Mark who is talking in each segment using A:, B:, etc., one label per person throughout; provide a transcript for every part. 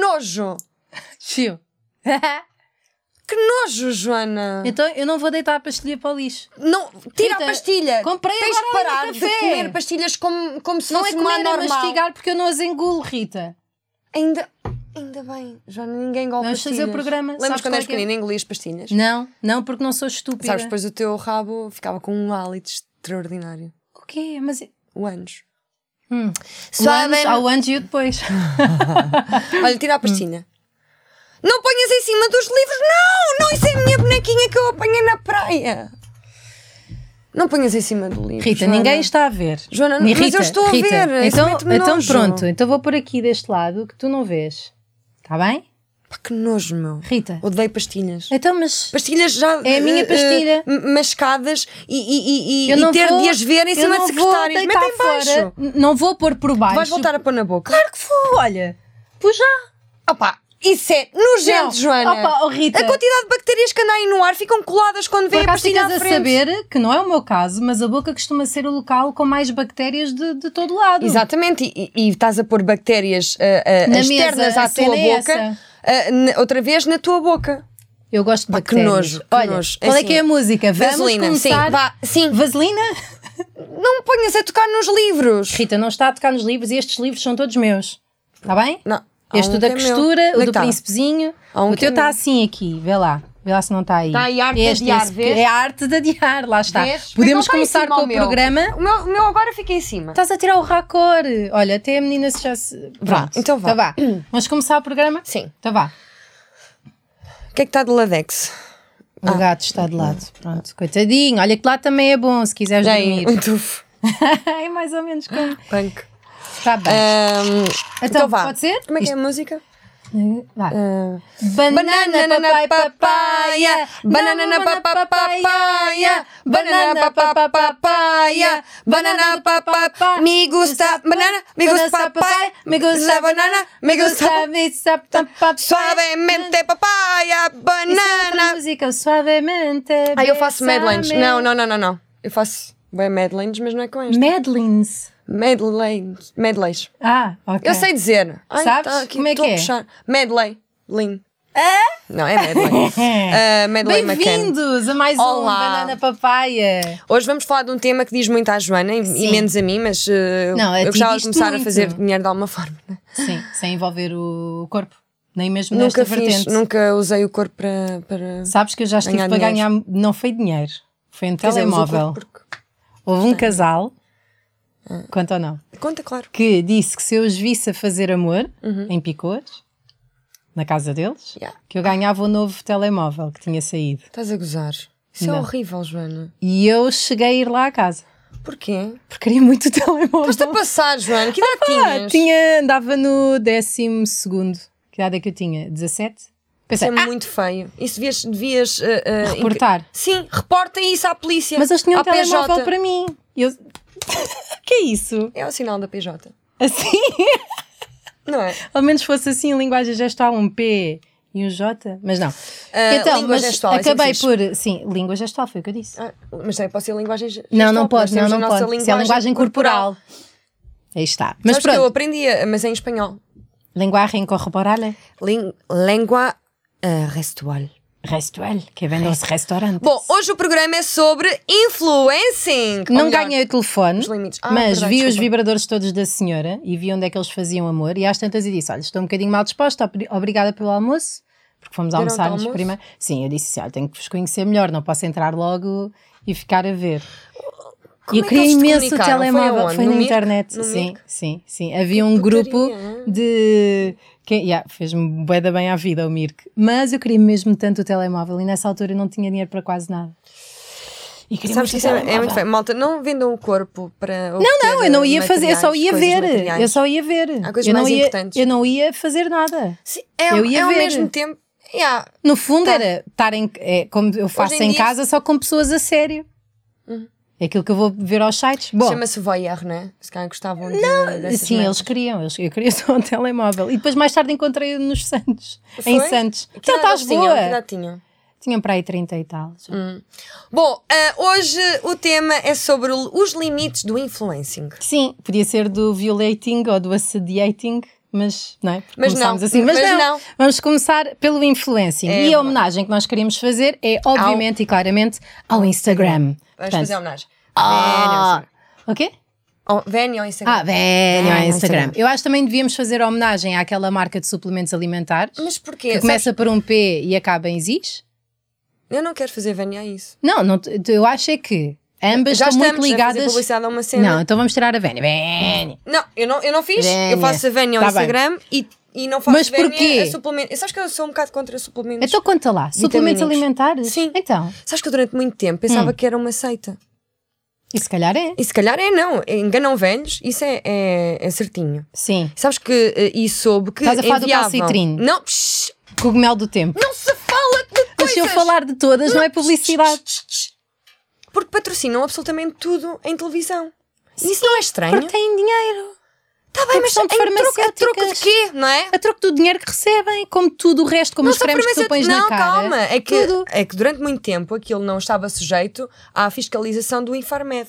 A: nojo!
B: Chiu.
A: Que nojo, Joana!
B: Então eu não vou deitar a pastilha para o lixo.
A: Não, tira
B: Rita,
A: a pastilha!
B: comprei
A: Tens de
B: agora ali no
A: parar de
B: café.
A: comer pastilhas como, como se
B: Não é
A: fosse
B: comer,
A: uma
B: é
A: normal.
B: mastigar porque eu não as engulo, Rita.
A: Ainda, ainda bem, Joana, ninguém gosta
B: Vamos
A: pastilhas.
B: fazer o programa,
A: Lembras
B: sabes
A: quando
B: qual
A: eras
B: é que é?
A: pequenina, engolias pastilhas?
B: Não, não, porque não sou estúpida.
A: Sabes, depois o teu rabo ficava com um hálito extraordinário.
B: O quê? Mas...
A: O anjo.
B: Hum. O antes,
A: Sabem-
B: há o antes e o depois.
A: Olha, tira a pastilha. Não ponhas em cima dos livros, não! Não, isso é a minha bonequinha que eu apanhei na praia! Não ponhas em cima do livro.
B: Rita,
A: Joana.
B: ninguém está a ver.
A: Joana,
B: Nem
A: mas eu estou a ver, isso
B: Então,
A: mete-me
B: então
A: nojo.
B: pronto, então vou por aqui deste lado que tu não vês. Está bem?
A: Pá, que nojo, meu.
B: Rita.
A: Odeio pastilhas.
B: Então, mas.
A: Pastilhas já.
B: É a minha
A: eh,
B: pastilha.
A: eh, mascadas e, e, e,
B: Eu não
A: e ter
B: vou,
A: de as ver em
B: eu
A: cima
B: não
A: de
B: vou
A: secretárias.
B: deitar
A: Metem baixo.
B: fora, n- Não vou pôr por baixo.
A: Vais voltar a pôr na boca.
B: Claro que vou, olha. Pus já.
A: Opa, isso é nojento,
B: Não.
A: Joana. Então,
B: Opa, oh, Rita.
A: A quantidade de bactérias que anda aí no ar ficam coladas quando
B: Por
A: vem a
B: acaso
A: pastilha
B: ficas
A: à
B: a
A: frente.
B: saber que não é o meu caso, mas a boca costuma ser o local com mais bactérias de, de todo lado.
A: Exatamente, e, e- e estás a pôr bactérias ah, ah,
B: Na
A: externas
B: mesa, a
A: à tua
B: cena é
A: boca,
B: essa.
A: ah, na- outra vez na tua boca.
B: Eu gosto de
A: Pá, Ah, que
B: bactérias.
A: nojo, que
B: Olha,
A: nojo.
B: qual é
A: Assim,
B: que é a música? Vamos
A: Vaselina,
B: começar...
A: sim, vá, sim.
B: Vaselina?
A: Não me ponhas a tocar nos livros.
B: Rita, não está a tocar nos livros e estes livros são todos meus. Está bem?
A: Não. há
B: Este
A: um
B: da
A: que é meu. Onde
B: costura,
A: é
B: o
A: que
B: do
A: tá?
B: príncipezinho.
A: Há um
B: o
A: que é
B: teu está
A: meu.
B: assim aqui, vê lá. Vê lá se não está aí.
A: Tá aí, arte de
B: este,
A: adiar,
B: esse,
A: vês?
B: É a arte de adiar, lá está.
A: Vês? Porque não
B: Podemos
A: está em
B: começar
A: cima
B: com
A: ao
B: o
A: meu.
B: programa.
A: O Tá. meu, o meu agora fica em cima.
B: Estás a tirar o racor. Olha, até a menina se já se.
A: Vá,
B: Pronto.
A: então vá.
B: Então vá. Vamos começar o programa?
A: Sim.
B: Então vá.
A: O que é que está de Ladex?
B: O
A: Ah.
B: gato está de lado. Pronto, coitadinho. Olha que lá também é bom se quiseres
A: Já aí,
B: dormir.
A: um tufo.
B: é mais ou menos como.
A: Punk.
B: Está bem.
A: Ahm,
B: Então,
A: Ah, vá.
B: pode ser? eh,
A: Como é que é a música?
B: Vá.
A: Ah.
B: Banana, papai, papaya.
A: banana na papa papaya, banana na papa papaya, banana na papa papaya. Me gusta banana, me gusta papaya,
B: me gusta
A: banana, me gusta suavemente papaya, banana.
B: tipo música, suavemente.
A: Ah, eu faço medlines.
B: bésame.
A: Não, não, não, não, não. Eu faço bem medlines, mas não é com este.
B: Medlines.
A: Medlines, medleys.
B: Ah, ok.
A: Eu sei dizer. Ai,
B: Sabes?
A: tá aqui,
B: Como é
A: tô
B: que
A: a
B: é?
A: puxar. Medley, lean. Não, é medley. Ah, medley McCann.
B: Bem-vindos a mais um
A: Olá.
B: Banana Papaya.
A: Hoje vamos falar de um tema que diz muito à Joana e, e
B: Sim.
A: menos a mim, mas eh,
B: Não, a ti
A: eu gostava de
B: diz-te
A: começar a
B: muito.
A: fazer dinheiro de alguma forma. né?
B: Sim, sem envolver o corpo. Nem mesmo
A: Nunca
B: nesta
A: fiz,
B: vertente.
A: nunca usei o corpo para. para
B: Sabes que eu já estive
A: Ganhar
B: para
A: dinheiro.
B: ganhar. Não foi dinheiro, foi um
A: fazermos o
B: telemóvel.
A: corpo, Ah. porque-
B: Houve um casal, quanto ou não,
A: Conta, claro.
B: que disse que se eu os visse a fazer amor em Picôs, na casa deles,
A: Uhum. Yeah.
B: que eu ganhava o novo telemóvel que tinha saído.
A: Estás a gozar. Isso é
B: Não.
A: horrível, Joana.
B: E eu cheguei a ir lá à casa,
A: Porquê?
B: porque queria muito o telemóvel.
A: Estás a passar, Joana. Que idade
B: Ah,
A: tinhas?
B: tinha, andava no 12 segundo. Que idade é que eu tinha? 17?
A: Isso
B: Pensei,
A: é
B: ah,
A: muito feio. Isso devias. devias eh, eh,
B: reportar.
A: inc- Sim, reporta isso à polícia.
B: Mas eles tinham
A: à
B: um telemóvel
A: PJ.
B: para mim. E Eu... que é isso?
A: É o sinal da PJ.
B: Assim?
A: Não é?
B: Ao menos fosse assim, em linguagem gestual, um P e um J, mas não.
A: Ah,
B: Então,
A: língua gestual, isso é
B: acabei
A: fixe.
B: por. Sim, língua gestual foi o que eu disse.
A: Ah, mas também pode ser linguagem. gestual,
B: não, não
A: porque nós
B: pode, não,
A: temos
B: não
A: a nossa
B: pode. Isso é a linguagem corporal. Aí está. Mas
A: Sabes que eu
B: pronto,
A: aprendi, eh, mas em espanhol.
B: linguagem corporal,
A: Ling- Língua eh, restual.
B: restual, que é vem dos restaurantes.
A: Bom, hoje o programa é sobre influencing. Ou
B: não
A: melhor,
B: ganhei o telefone,
A: Os limites. Ah,
B: mas
A: verdade,
B: vi os
A: desculpa.
B: vibradores todos da senhora e vi onde é que eles faziam amor. E às tantas eu disse: Olha, estou um bocadinho mal disposta, obri- obrigada pelo almoço, porque fomos
A: Deram-te
B: almoçar-nos
A: almoço?
B: primeiro. Sim, eu disse: assim, Olha, tenho que vos conhecer melhor, não posso entrar logo e ficar a ver.
A: Como
B: eu
A: é que
B: queria
A: eles te
B: imenso o
A: comunicaram?
B: telemóvel,
A: aonde?
B: foi,
A: No
B: na
A: Mirk?
B: internet.
A: No
B: sim,
A: Mirk?
B: sim, sim. Havia um
A: putaria,
B: grupo
A: hein?
B: de. que- yeah, Fez-me bué da bem à vida o Mirk. Mas eu queria mesmo tanto o telemóvel e nessa altura eu não tinha dinheiro para quase nada. E queria um
A: Sabes que
B: muito
A: isso é,
B: o
A: é
B: telemóvel.
A: muito feio. Malta, não vendam o corpo para. eh,
B: Não, não, eu não ia fazer, eu só ia ver. Eu só ia ver.
A: Há coisas
B: eu não
A: mais
B: ia,
A: importantes.
B: Eu não ia fazer nada.
A: é,
B: eu ia
A: é ao
B: ver.
A: mesmo tempo. yeah.
B: No fundo
A: Tá.
B: era estar em. É, como eu faço
A: Hoje em
B: em,
A: dia- Uhum.
B: casa só com pessoas a sério. É aquilo que eu vou ver aos sites. Bom,
A: Chama-se voyeur, não é? Se calhar gostavam de. Não, é?
B: Sim, eles queriam, eles, eu queria só um telemóvel. E depois mais tarde encontrei-o nos Santos, em
A: Foi?
B: Santos.
A: Que
B: Então
A: idade
B: estás
A: eles tinham? Que
B: boa.
A: idade tinham?
B: Tinham para aí 30 e tal. já.
A: Bom, ah, hoje o tema é sobre o- os limites do influencing.
B: Sim, podia ser do violating ou do assediating, mas não é?
A: Mas
B: Começámos
A: não,
B: assim, mas,
A: mas
B: não.
A: não.
B: Vamos começar pelo influencing.
A: É
B: e a
A: verdade.
B: homenagem que nós queríamos fazer é, obviamente e claramente, ao Instagram.
A: Vamos
B: Portanto,
A: fazer homenagem.
B: ah, o quê?
A: Venham, Venham ao Instagram.
B: Ah, venham
A: Ah,
B: ao
A: no Instagram.
B: Instagram. Eu acho que também devíamos fazer homenagem àquela marca de suplementos alimentares
A: Mas
B: Ah, que
A: porquê?
B: começa por um P e acaba em ZIS.
A: Sabes, Eu não quero fazer venha a isso.
B: Não, não te- eu acho é que ambas
A: Já estamos
B: estão muito
A: a fazer
B: ligadas.
A: publicidade a uma cena.
B: Não, então vamos tirar a Vénia. Vénia.
A: Não, eu não, eu não fiz.
B: Venha.
A: Eu faço a Venha ao
B: Tá bem.
A: Instagram e, e não faço
B: Mas
A: Venha
B: porquê?
A: a suplementos. Sabes que eu sou um bocado contra suplementos?
B: Então conta lá, suplementos alimentares?
A: Sim.
B: Então,
A: Sabes que eu durante muito tempo
B: Hum.
A: pensava que era uma seita.
B: e se calhar é.
A: E se calhar é não. Enganam velhos, isso é, é, é certinho.
B: Sim.
A: Sabes que. eh, E soube que.
B: Estás a falar do
A: enviavam-
B: calcitrino?
A: Não, psh,
B: Cogumelo do tempo.
A: não se fala de coisas!
B: Mas se eu falar de todas, não é publicidade.
A: Porque patrocinam absolutamente tudo em televisão. E isso não é estranho?
B: Porque têm dinheiro.
A: Está bem,
B: porque
A: mas
B: são
A: em troco, a
B: farmacêuticas.
A: troco de quê? Não é?
B: A troco do dinheiro que recebem, como tudo o resto, como os
A: só
B: cremes que tu
A: farmacêutico-
B: pões
A: não,
B: na cara.
A: calma. É que,
B: Tudo.
A: é que durante muito tempo aquilo não estava sujeito à fiscalização do Infarmed.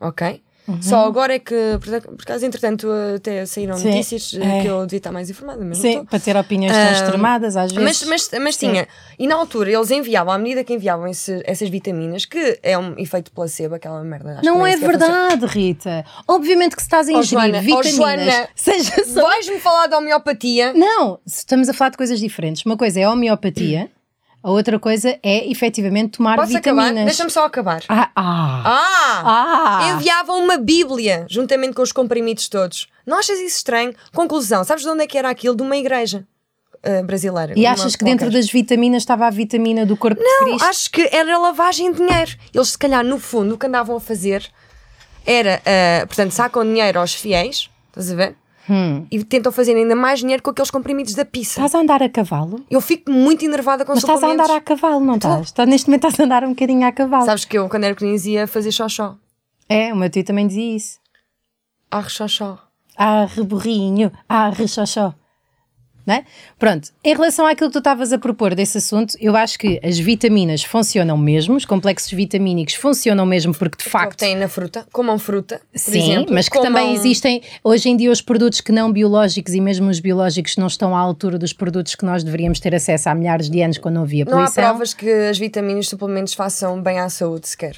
A: Ok?
B: Uhum.
A: Só agora é que, por ac- por acaso, entretanto, até saíram
B: Sim,
A: notícias eh,
B: é.
A: que eu devia estar mais informada, mas não
B: Sim,
A: estou.
B: para ter opiniões tão extremadas às
A: Mas,
B: vezes.
A: mas, mas
B: Sim.
A: tinha. E na altura eles enviavam, à medida que enviavam esse- essas vitaminas, que é um efeito placebo, aquela merda. acho que
B: não
A: nem
B: é
A: sequer funciona.
B: verdade, Rita. Obviamente que se estás a
A: Oh,
B: ingerir
A: Joana, oh,
B: vitaminas,
A: Joana.
B: seja só
A: Vais-me falar de homeopatia?
B: Não, se estamos a falar de coisas diferentes. Uma coisa é a homeopatia, a outra coisa é efetivamente tomar
A: Posso
B: vitaminas.
A: acabar? Deixa-me só acabar.
B: Ah, ah,
A: Ah!
B: ah.
A: Enviavam uma Bíblia juntamente com os comprimidos todos. Não achas isso estranho? Conclusão, sabes de onde é que era aquilo? De uma igreja ah, brasileira.
B: E achas que dentro das vitaminas estava a vitamina do corpo de Cristo?
A: Não, acho que era lavagem de dinheiro. Eles, se calhar, no fundo, o que andavam a fazer era, ah, portanto, sacam dinheiro aos fiéis, estás a ver?
B: Hum.
A: E tentam fazer ainda mais dinheiro com aqueles comprimidos da pizza.
B: Estás a andar a cavalo?
A: Eu fico muito enervada com
B: Mas estás a
A: suplementos.
B: andar a cavalo, não estás? Estás- Neste momento estás a andar um bocadinho a cavalo.
A: Sabes que eu, quando era pequenininha, ia fazer xoxó.
B: É, o meu tio também dizia isso.
A: Ah, xoxó.
B: Ah, reborrinho, ah, rexoxó. Não é? Pronto, em relação àquilo que tu estavas a propor desse assunto, eu acho que as vitaminas funcionam mesmo, os complexos vitamínicos funcionam mesmo, porque de
A: Facto.
B: facto
A: Tem na fruta. Comam fruta, por
B: Sim,
A: exemplo.
B: mas que
A: Comam-
B: também existem hoje em dia os produtos que não biológicos e mesmo os biológicos não estão à altura dos produtos que nós deveríamos ter acesso há milhares de anos quando não havia
A: Não há
B: poluição.
A: provas que as vitaminas e suplementos façam bem à saúde sequer.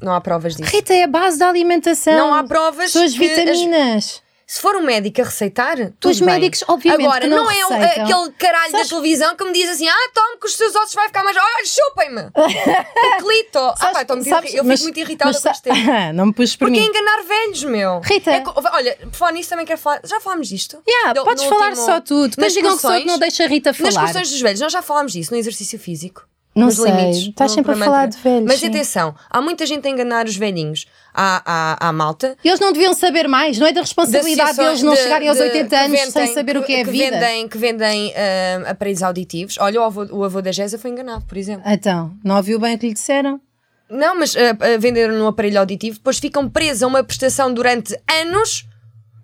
A: Não há provas disso.
B: Rita, é a base da alimentação.
A: Não há provas
B: São as
A: que as-
B: vitaminas.
A: Se for um médico a receitar, tudo
B: Os
A: bem.
B: médicos, obviamente,
A: Agora,
B: que não
A: não, é o-
B: receitam.
A: aquele caralho
B: Sabes-
A: da televisão que me diz assim: ah, tome que os seus ossos vai ficar mais. Olha, chupem-me! o clito! Ah, pá, estou muito
B: Sabes-
A: irri- eu
B: mas-
A: fico muito irritada
B: mas
A: com este tema.
B: sa- Não me puxes por
A: Porque é
B: mim.
A: enganar velhos, meu.
B: Rita.
A: É co- olha, por falar nisso também quero falar. Já falámos disto?
B: Yeah,
A: Do-
B: podes
A: no
B: falar
A: último-
B: só tu. Depois
A: nas
B: digam que sou eu que não
A: discussões-
B: deixa a Rita falar.
A: Nas questões dos velhos, nós já falámos disso no exercício físico.
B: Não
A: nos
B: sei,
A: limites.
B: estás
A: no
B: sempre a
A: programa
B: falar
A: anterior.
B: de velhos,
A: Mas
B: sim.
A: atenção, há muita gente a enganar os velhinhos. Há, há, há malta.
B: Eles não deviam saber mais, não é da
A: de
B: responsabilidade
A: associações
B: deles não
A: de-
B: chegarem aos
A: de-
B: 80
A: que
B: anos sem
A: vendem-
B: saber o que é a vida.
A: Vendem, que vendem ah, aparelhos auditivos. Olha, o avô, o avô da Gésa foi enganado, por exemplo.
B: Então, não ouviu bem o que lhe disseram?
A: Não, mas ah, ah, venderam um aparelho auditivo, depois ficam presos a uma prestação durante anos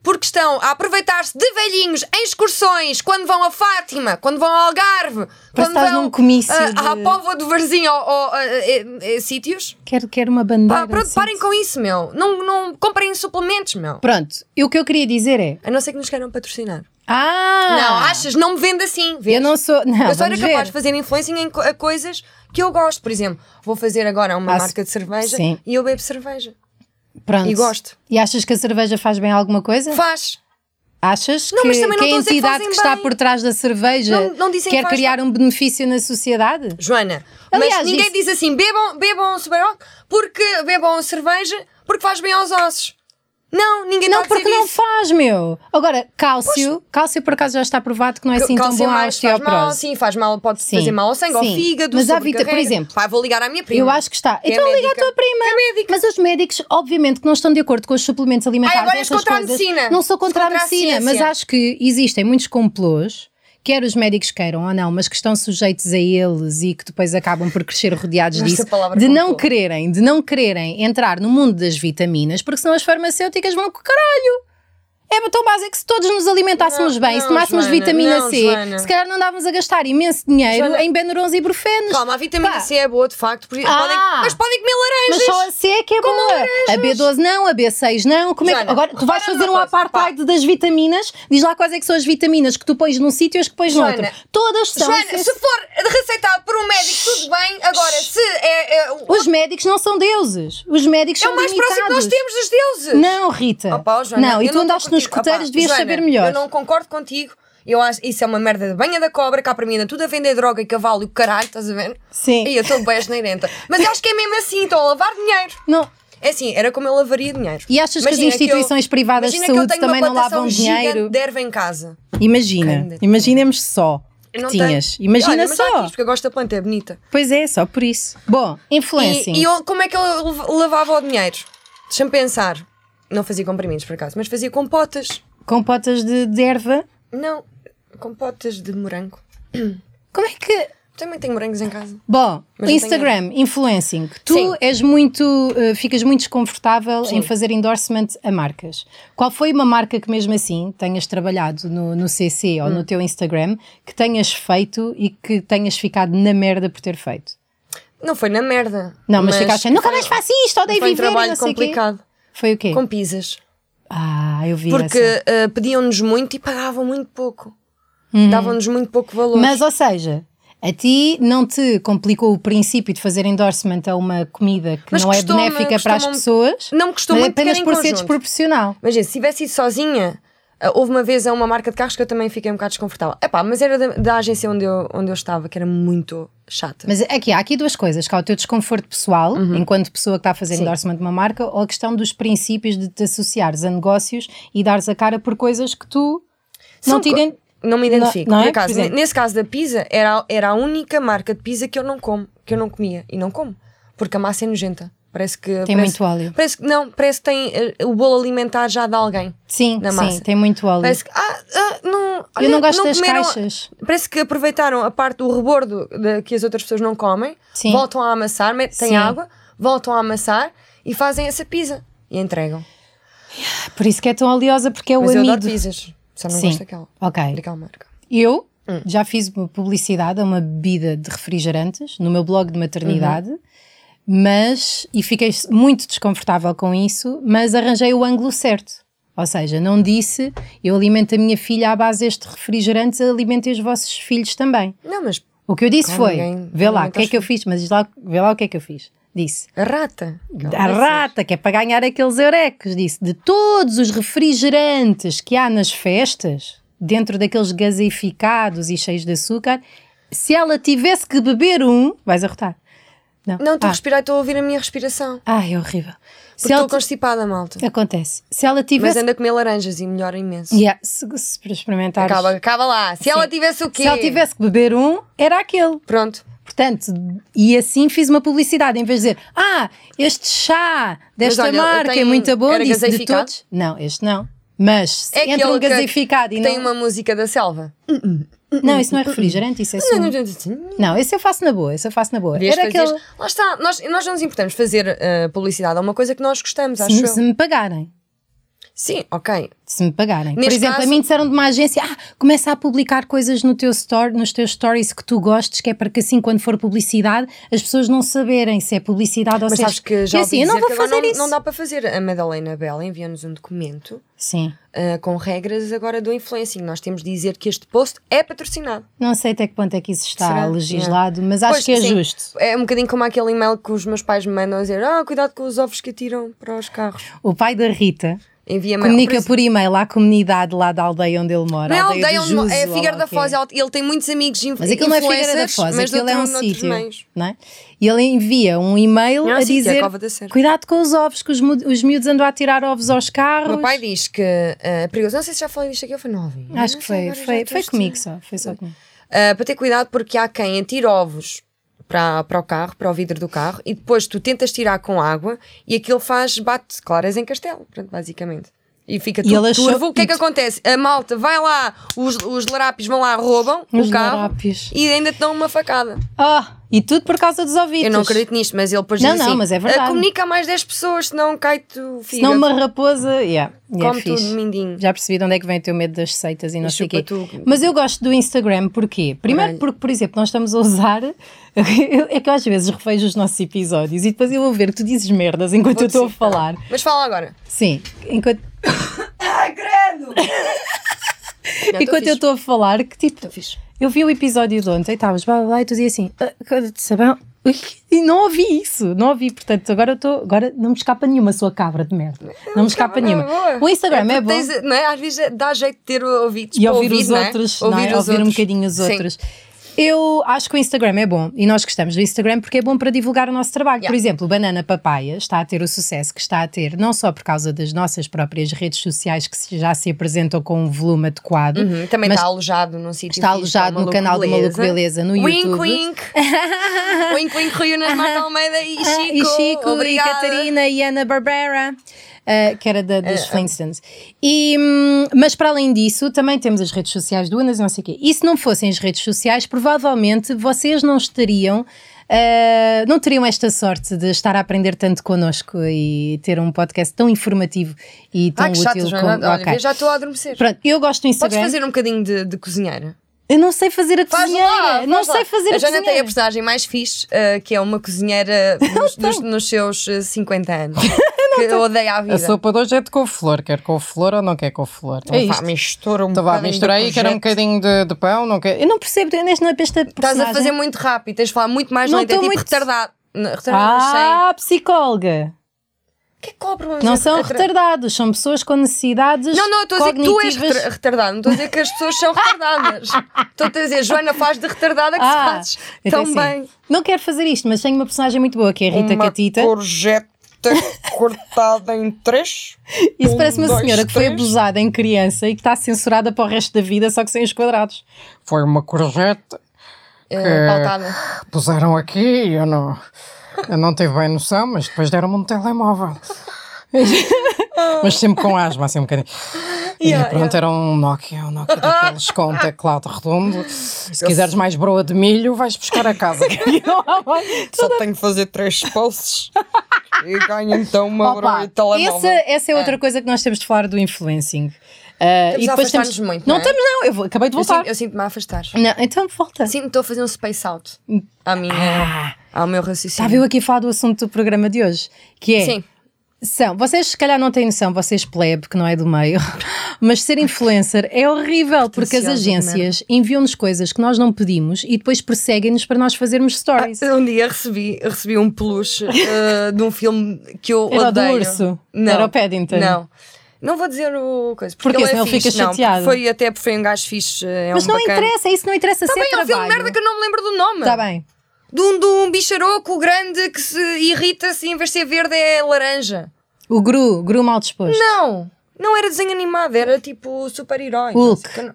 A: porque estão a aproveitar-se de velhinhos em excursões, quando vão a Fátima, quando vão ao Algarve, quando
B: estás
A: vão
B: num comício
A: ah,
B: de-
A: à Póvoa do Varzim ou, ou, ah, eh, eh, sítios.
B: Quero, quero uma
A: Pá,
B: bandeira.
A: pronto,
B: assim.
A: parem com isso, meu. Não, não comprem suplementos, meu.
B: Pronto, e o que eu queria dizer é.
A: A não ser que nos queiram patrocinar.
B: Ah!
A: Não, achas? Não me vende assim. Vês?
B: Eu não sou. Não,
A: Eu só era
B: vamos
A: capaz de
B: ver.
A: fazer influencing em co- a coisas que eu gosto. Por exemplo, vou fazer agora uma
B: Ah,
A: marca de cerveja
B: sim.
A: e eu bebo cerveja.
B: Pronto.
A: e gosto.
B: E achas que a cerveja faz bem alguma coisa?
A: Faz.
B: Achas
A: Não,
B: que,
A: mas também não
B: que a
A: estou a dizer que
B: entidade
A: fazem
B: que está
A: bem.
B: por trás da cerveja
A: Não- não dizem que
B: quer
A: faz
B: criar um benefício na sociedade?
A: Joana,
B: Aliás,
A: mas ninguém
B: isso-
A: diz assim: bebam, bebam super Rock porque bebam cerveja porque faz bem aos ossos. Não, ninguém
B: Não,
A: está a
B: porque
A: dizer
B: não
A: isso.
B: faz, meu. Agora, cálcio. Cálcio, por acaso, já está provado que não é assim tão
A: Cálcio
B: bom à
A: mais faz mal,
B: osteoporose.
A: sim, faz mal, pode
B: Sim.
A: fazer mal ao sangue, ao
B: Sim.
A: fígado,
B: Mas há
A: sobrecarrega.
B: vita- por exemplo,
A: Pá, vou ligar à minha prima.
B: Eu acho que está.
A: Que é
B: então liga à
A: médica.
B: tua prima.
A: É médica.
B: Mas os médicos, obviamente, que não estão de acordo com os suplementos alimentares.
A: Ai, agora és
B: essas
A: contra a
B: coisas,
A: medicina.
B: Não sou contra,
A: Contra
B: a
A: a
B: medicina,
A: ciência.
B: mas acho que existem muitos complôs. Quer os médicos queiram ou não, mas que estão sujeitos a eles e que depois acabam por crescer rodeados
A: Gosto
B: disso,
A: da palavra
B: de não
A: complô.
B: quererem, de não quererem entrar no mundo das vitaminas, porque senão as farmacêuticas vão com o caralho. É tão básico. Se todos nos alimentássemos
A: Não,
B: bem, se
A: não,
B: tomássemos
A: Joana,
B: vitamina
A: não,
B: C,
A: Joana.
B: se calhar não andávamos a gastar imenso dinheiro
A: Joana-
B: em Benuron's e Brufenos.
A: Calma, a vitamina
B: Pá.
A: C é boa, de facto, porque
B: Ah.
A: podem- mas podem comer
B: Mas
A: laranjas.
B: só a C é que é boa. A B12 não, a B6 não. Como é que...
A: Joana,
B: Agora, tu vais
A: repara
B: fazer um
A: numa coisa,
B: apartheid das vitaminas. Diz lá quais é que são as vitaminas que tu pões num sítio e as que pões no
A: Joana,
B: outro. Todas são.
A: Joana, se for receitado por um médico, tudo bem. Agora, se é, é- o-
B: Os médicos não são deuses. Os médicos
A: é
B: são
A: o mais
B: limitados.
A: próximo que nós temos dos deuses.
B: Não, Rita.
A: Opa, ó, Joana,
B: não, e
A: eu
B: tu andaste
A: estou contigo.
B: nos escuteiros,
A: Opa,
B: devias
A: Joana,
B: saber melhor.
A: Eu não concordo contigo. Eu acho isso é uma merda de banha da cobra, cá para mim anda tudo a vender droga e cavalo e o caralho, estás a ver?
B: Sim.
A: E eu estou bem asneirenta. Mas acho que é mesmo assim, estão a lavar dinheiro.
B: Não.
A: É assim, era como eu lavaria dinheiro.
B: E achas
A: Imagina
B: que as instituições
A: eu-
B: privadas de
A: imagina que eu
B: saúde
A: tenho uma
B: também não
A: plantação
B: lavam
A: gigante
B: dinheiro?
A: de erva em casa.
B: Imagina,
A: Cândido.
B: imaginemos só
A: Eu
B: que
A: não
B: tinhas.
A: tenho-
B: Imagina
A: Olha, mas já
B: só.
A: quis, porque eu gosto da planta, é bonita.
B: Pois é, só por isso. Bom, influencing.
A: E, e eu- como é que eu lev- lavava o dinheiro? Deixa-me pensar. Não fazia comprimidos, por acaso, mas fazia compotas.
B: Compotas de, de erva.
A: Não, compotas de morango.
B: Como é que.
A: Também tenho morangos em casa.
B: Bom,
A: Mas não
B: Instagram, influencing. Tu
A: Sim.
B: és muito. eh, ficas muito desconfortável em fazer endorsement a marcas. Qual foi uma marca que, mesmo assim, tenhas trabalhado no, no CC ou
A: Hum.
B: no teu Instagram, que tenhas feito e que tenhas ficado na merda por ter feito?
A: Não foi na merda.
B: Não, mas, ficaste. Nunca
A: foi-
B: mais faço isto, odeio
A: Foi um
B: viver. e
A: trabalho
B: não sei o quê."
A: complicado.
B: Foi o quê?
A: Com pizzas.
B: Ah, eu vi
A: Porque
B: essa.
A: eh, pediam-nos muito e pagavam muito pouco. Davam-nos muito pouco valor.
B: Uhum. Mas, ou seja, a ti não te complicou o princípio de fazer endorsement a uma comida que
A: Mas
B: não é
A: costuma-
B: benéfica para as
A: costuma-
B: pessoas,
A: não me costuma
B: mas
A: muito
B: apenas
A: querer em
B: por ser
A: conjunto.
B: desproporcional.
A: Imagina, se tivesse ido sozinha, ah, houve uma vez a uma marca de carros que eu também fiquei um bocado desconfortável. Epá, mas era da, da agência onde eu, onde eu estava, que era muito chata.
B: Mas aqui há aqui duas coisas, que há o teu desconforto pessoal, enquanto pessoa que está a fazer
A: Uhum. Sim.
B: endorsement de uma marca, ou a questão dos princípios de te associares a negócios e dares a cara por coisas que tu
A: São
B: não te
A: co-
B: ident...
A: Não me identifico.
B: Não- não
A: por
B: é?
A: acaso,
B: Por exemplo.
A: nesse caso da pizza, era, a- era a única marca de pizza que eu não como, que eu não comia e não como, porque a massa é nojenta. Parece que parece-
B: Tem muito óleo.
A: Parece que não, parece que tem eh, o bolo alimentar já de alguém.
B: Sim,
A: Na
B: sim,
A: massa.
B: tem muito óleo.
A: Parece que ah, ah, não,
B: Eu não
A: olha,
B: gosto das
A: comeram-
B: caixas.
A: Parece que aproveitaram a parte do rebordo de- que as outras pessoas não comem,
B: Sim.
A: voltam a amassar, met- têm
B: Sim.
A: água, voltam a amassar e fazem essa pizza e entregam.
B: Por isso que é tão oleosa, porque é o
A: Mas eu adoro
B: amido.
A: pizzas, só não
B: Sim.
A: gosto daquela,
B: Ok.
A: daquela marca.
B: Eu
A: Hum.
B: já fiz uma publicidade a uma bebida de refrigerantes no meu blog de maternidade,
A: Uhum.
B: mas e fiquei muito desconfortável com isso, mas arranjei o ângulo certo. Ou seja, não disse eu alimento a minha filha à base deste refrigerante, alimentem os vossos filhos também.
A: Não, mas
B: O que eu disse
A: Como
B: foi:
A: ninguém
B: vê lá, o
A: alimenta
B: que é
A: os
B: que eu fiz? Mas diz lá, vê lá o que é que eu fiz. Disse.
A: a rata.
B: A rata, que é para ganhar aqueles eurecos, disse. De todos os refrigerantes que há nas festas, dentro daqueles gaseificados e cheios de açúcar, se ela tivesse que beber um. Vais arrotar? Não,
A: Não, estou a
B: ah.
A: respirar, estou a ouvir a minha respiração.
B: Ai, é horrível. Se
A: Porque
B: ela
A: estou constipada, malta.
B: ti- Acontece. Se ela
A: Mas
B: tivesse.
A: anda a comer laranjas e melhora imenso.
B: Yeah, se, se para experimentares-
A: Acaba, acaba lá. Se ela tivesse o quê?
B: Se ela tivesse que beber um, era aquele.
A: Pronto.
B: Portanto, e assim fiz uma publicidade, em vez de dizer, ah, este chá desta
A: Mas olha,
B: marca é
A: tem-
B: muito bom,
A: era
B: disse de
A: gaseificado?
B: todos. Não, este não. Mas
A: É
B: entre
A: aquele
B: um
A: que-
B: gaseificado e
A: Tem
B: não.
A: uma música da selva.
B: Não, isso não é refrigerante, isso é
A: Não, não,
B: sumo.
A: não, não.
B: Não, esse eu faço na boa, esse eu faço na boa.
A: Devias
B: Era
A: fazer-
B: aquele.
A: Lá está, nós, nós não nos importamos fazer eh, publicidade a uma coisa que nós gostamos, acho
B: Se,
A: eu.
B: se me pagarem.
A: Sim, ok.
B: Se me pagarem. Por
A: Neste
B: exemplo, a
A: caso-
B: mim disseram de uma agência: ah, começa a publicar coisas no teu store, nos teus stories que tu gostes, que é para que assim, quando for publicidade, as pessoas não saberem se é publicidade ou
A: Mas
B: se é.
A: sabes que já
B: E
A: ouvi
B: assim, eu não
A: dizer
B: vou
A: que agora
B: fazer
A: não,
B: isso.
A: não dá para fazer. A Madalena Bela envia-nos um documento
B: Sim.
A: eh, com regras agora do influencing. Nós temos de dizer que este post é patrocinado.
B: Não sei até que ponto é que isso está
A: Será?
B: legislado, mas acho
A: Pois,
B: que é
A: sim.
B: justo.
A: É um bocadinho como aquele e-mail que os meus pais me mandam a dizer: Ah, cuidado com os ovos que atiram para os carros.
B: O pai da Rita
A: Envia-me
B: comunica
A: isso-
B: por e-mail à comunidade lá da aldeia onde ele mora.
A: Não é
B: a
A: aldeia
B: do
A: onde mo- é
B: Juso, ou
A: Figueira
B: lá
A: da
B: o que é.
A: Foz. Ele ele tem muitos amigos influencers.
B: Mas aquilo não é Figueira da Foz,
A: mas de
B: aquilo é um
A: outro- noutros
B: sítio.
A: meios.
B: não é? E ele envia um e-mail
A: Não é um
B: a
A: sítio, é
B: dizer:
A: Cova da Serpa.
B: cuidado com os ovos, que os, mu- os miúdos andam a tirar ovos aos
A: O
B: carros.
A: meu pai diz que eh, é perigoso. Não sei se já falei disto aqui, eu falei, não ouvi.
B: acho
A: Não sei,
B: que foi,
A: agora já
B: foi,
A: estou
B: foi
A: a
B: comigo
A: estranhar.
B: só. Foi só comigo.
A: Ah, para ter cuidado, porque há quem atira ovos para, para o carro, para o vidro do carro, e depois tu tentas tirar com água e aquilo faz, bate claras em castelo, portanto, basicamente. E fica
B: E
A: tudo
B: ele achou-
A: turvo. O que é que acontece? A malta vai lá, os, os larápios vão lá, roubam
B: Os
A: o carro
B: larápios.
A: e ainda te dão uma facada.
B: Ah, e tudo por causa dos ouvidos.
A: Eu não acredito nisto, mas ele depois
B: Não,
A: diz
B: não,
A: assim,
B: mas é
A: "Ah,
B: verdade."
A: Comunica a mais 10 pessoas, senão cai-te o
B: Se não
A: fígado.
B: uma raposa, yeah, yeah,
A: Come
B: é
A: tudo de
B: fixe.
A: mindinho.
B: Já percebi de onde é que vem o teu medo das seitas e não
A: E
B: sei o é
A: chupa
B: quê.
A: tu.
B: Mas eu gosto do Instagram, porquê? Primeiro
A: Olha.
B: porque, por exemplo, nós estamos a usar... É que eu às vezes revejo os nossos episódios e depois eu vou ver que tu dizes merdas enquanto eu estou a falar.
A: Mas fala agora.
B: Sim, enquanto,
A: Não, tô
B: enquanto
A: fixe.
B: eu estou a falar, que tipo,
A: Tô fixe.
B: Eu vi o episódio de ontem, estavas blá blá blá, e tu dizias assim, "Ah, coisa de sabão. Ui, E não ouvi isso, não ouvi. Portanto, agora eu estou. Agora não me escapa nenhuma sua cabra de merda. Não, me escapa
A: Não,
B: nenhuma.
A: boa.
B: O Instagram
A: porque
B: é, bom.
A: tens- não é? Às vezes dá jeito de ter ouvidos
B: E
A: para
B: ouvir, os
A: não é?
B: outros, não é? ouvir, um
A: outros.
B: bocadinho os
A: Sim.
B: outros. Eu acho que o Instagram é bom e nós gostamos do Instagram porque é bom para divulgar o nosso trabalho. Por
A: Yeah.
B: exemplo, o Banana Papaya está a ter o sucesso que está a ter, não só por causa das nossas próprias redes sociais que se- já se apresentam com um volume adequado,
A: Uhum, também
B: mas
A: está alojado num sítio.
B: está
A: fixe, é
B: alojado no
A: Maluco
B: canal do Maluco Beleza, no
A: wink,
B: YouTube.
A: Wink, wink. wink, Rio Nas Marta Almeida e Chico.
B: Ah, e Chico,
A: obrigada.
B: e Catarina, e Ana Barbera, ah, que era da,
A: Eh,
B: dos Flintstones. E, hum, mas para além disso, também temos as redes sociais do Anas e não sei o quê. E se não fossem as redes sociais, provavelmente vocês não estariam. ah, não teriam esta sorte de estar a aprender tanto connosco e ter um podcast tão informativo e tão
A: Ah, que
B: útil
A: chato, Joana.
B: como-
A: Olha,
B: Ok.
A: vê, já estou a adormecer.
B: Pronto, eu gosto do
A: Podes
B: Instagram.
A: fazer um bocadinho de, de cozinheira?
B: Eu não sei fazer a
A: Faz
B: cozinheira.
A: lá, faz
B: não
A: lá.
B: sei fazer a,
A: A Joana é tem a
B: cozinheira.
A: personagem mais fixe, eh, que é uma cozinheira nos, nos- nos seus eh, 50 anos. que eu odeio à vida.
B: de hoje é de couve-flor. Quer couve-flor ou não quer couve-flor?
A: Então vá, mistura um
B: Então
A: bocadinho de projeto.
B: um bocadinho de, pão, não quer. Eu não percebo, eu neste não é esta
A: Estás
B: personagem.
A: a fazer muito rápido, tens de falar muito mais
B: Não
A: lento, é
B: estou
A: tipo
B: muito-
A: retardado. Não, retardado, mas sem.
B: Ah, psicóloga.
A: O que é que cobra uma
B: Não
A: mulher
B: são
A: retra-
B: retardados, são pessoas com necessidades
A: Não, não, eu estou a dizer que tu és
B: cognitivas.
A: retra- retardado, não estou a dizer que as pessoas são retardadas. Estou a dizer, Joana, faz de retardada que
B: Ah,
A: se fazes
B: então
A: tão
B: assim,
A: bem.
B: Não quero fazer isto, mas tenho uma personagem muito boa que é a Rita Catita.
A: courgette cortada em três.
B: Isso
A: um,
B: parece uma
A: dois,
B: senhora que foi
A: três.
B: abusada em criança e que está censurada para o resto da vida, só que sem os quadrados.
C: Foi uma corjeta
A: Eh, pautada.
C: que puseram aqui e eu não, eu não tive bem noção, mas depois deram-me um telemóvel. mas sempre com asma, assim um bocadinho.
A: Yeah,
C: e pronto, era um Nokia, um Nokia daqueles com um teclado redondo. Se quiseres mais broa de milho, vais buscar a casa.
A: Só tenho que fazer três pulses e ganho então uma
B: Opa, essa, essa é outra coisa que nós temos de falar do influencing. Uh,
A: Estamos a afastar-nos muito, não
B: Não
A: é?
B: estamos, não. Eu vou- acabei de
A: Eu
B: voltar.
A: sinto- eu sinto-me a afastar.
B: Não, então volta.
A: Sinto que estou a fazer um space out à minha,
B: Ah,
A: ao meu raciocínio.
B: estava eu aqui a falar do assunto do programa de hoje, que é.
A: Sim.
B: São, vocês se calhar não têm noção, vocês plebe, que não é do meio, mas ser influencer é horrível porque as
A: Pretenciosa de
B: agências enviam-nos coisas que nós não pedimos e depois perseguem-nos para nós fazermos stories.
A: Um dia recebi, recebi um peluche eh, de um filme que eu
B: Era o do
A: odeio.
B: urso?
A: Não.
B: Era o Paddington?
A: Não. Não vou dizer o coisa. Porque,
B: Porque
A: ele
B: senão
A: é fixe,
B: ficas
A: não, porque
B: chateado.
A: Foi até porque foi um gajo fixe. É
B: mas
A: um
B: não
A: bacana.
B: interessa, isso não interessa ser
A: Também é um filme
B: trabalho.
A: de merda que eu não me lembro do nome.
B: Está bem.
A: De um, de um bicharoco grande que se irrita se em vez de ser verde é laranja.
B: O Gru, Gru mal disposto.
A: Não, não era desenho animado, era tipo super-herói.
B: Hulk.
A: Não sei o que, Não,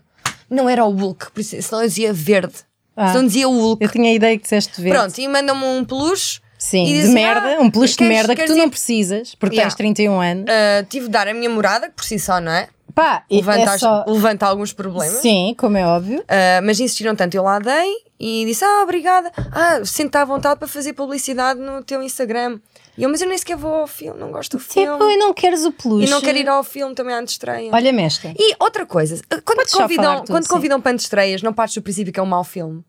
A: não era o Hulk, por isso, senão eu dizia verde.
B: Ah.
A: Senão dizia Hulk.
B: Eu tinha a ideia que disseste ver.
A: Pronto, e mandam-me um peluche.
B: Sim,
A: e
B: de
A: dizem,
B: merda,
A: "Ah,
B: um peluche de
A: queres-
B: merda que tu
A: queres ir?"
B: não precisas porque
A: Yeah.
B: tens 31 anos.
A: Ah, tive de dar a minha morada, que por si só, não é?
B: Pá, e
A: Levanta,
B: é
A: as-
B: só...
A: levanta alguns problemas.
B: Sim, como é óbvio.
A: Ah, mas insistiram tanto, eu lá dei e disse: Ah, obrigada. Ah, sente à vontade para fazer publicidade no teu Instagram. E eu, mas eu nem sequer vou ao filme, não gosto do
B: Tipo,
A: filme.
B: e não queres o
A: E
B: peluche.
A: não quero ir ao filme também à estreia.
B: Olha, mestra.
A: E outra coisa, ah, quando
B: Podes
A: te
B: só falar
A: convidam,
B: tudo,
A: quando te
B: sim.
A: convidam para estreias, não partes do princípio que é um mau filme.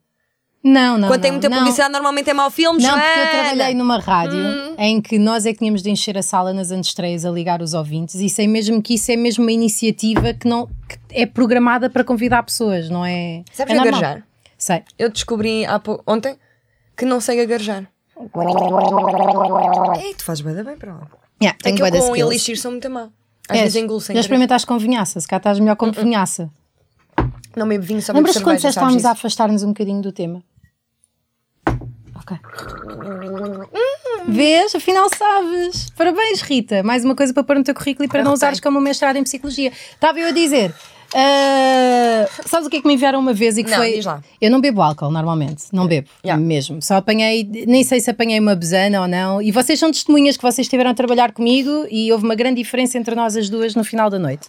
B: Não, não.
A: quando tem
B: não,
A: muita
B: não.
A: publicidade, Hum. normalmente é mau filme,
B: Não, porque eu
A: Joana!
B: trabalhei numa rádio em que nós é que tínhamos de encher a sala nas antestreias a ligar os ouvintes e sei mesmo que isso é mesmo uma iniciativa que, não, que é programada para convidar pessoas, não é?
A: Sabes
B: é normal.
A: agarejar?
B: Sei.
A: Eu descobri há pou- ontem que não sei agarejar. Ei, tu fazes bem, bem para lá.
B: Yeah,
A: É
B: tenho
A: que eu
B: bué de
A: com o
B: skills.
A: elixir sou muito má. Às
B: És.
A: vezes Hum, engulo sem
B: Já
A: querer.
B: experimentaste com vinhaça, se cá estás melhor com vinhaça.
A: Não bebo vinho, só bebo
B: Lembras-te quando
A: cerveja, sabes
B: disseste estávamos a
A: disso?
B: afastar-nos um bocadinho do tema? Ok.
A: Hum.
B: Vês? Afinal sabes. Parabéns, Rita. Mais uma coisa para pôr no teu currículo e para não
A: Anotei.
B: usares como mestrado em psicologia. Estava eu a dizer. Ah, sabes o que é que me enviaram uma vez e que
A: Não,
B: foi.
A: diz lá.
B: Eu não bebo álcool normalmente, não bebo
A: Yeah.
B: mesmo. Só apanhei, nem sei se apanhei uma besana ou não. E vocês são testemunhas que vocês estiveram a trabalhar comigo e houve uma grande diferença entre nós as duas no final da noite.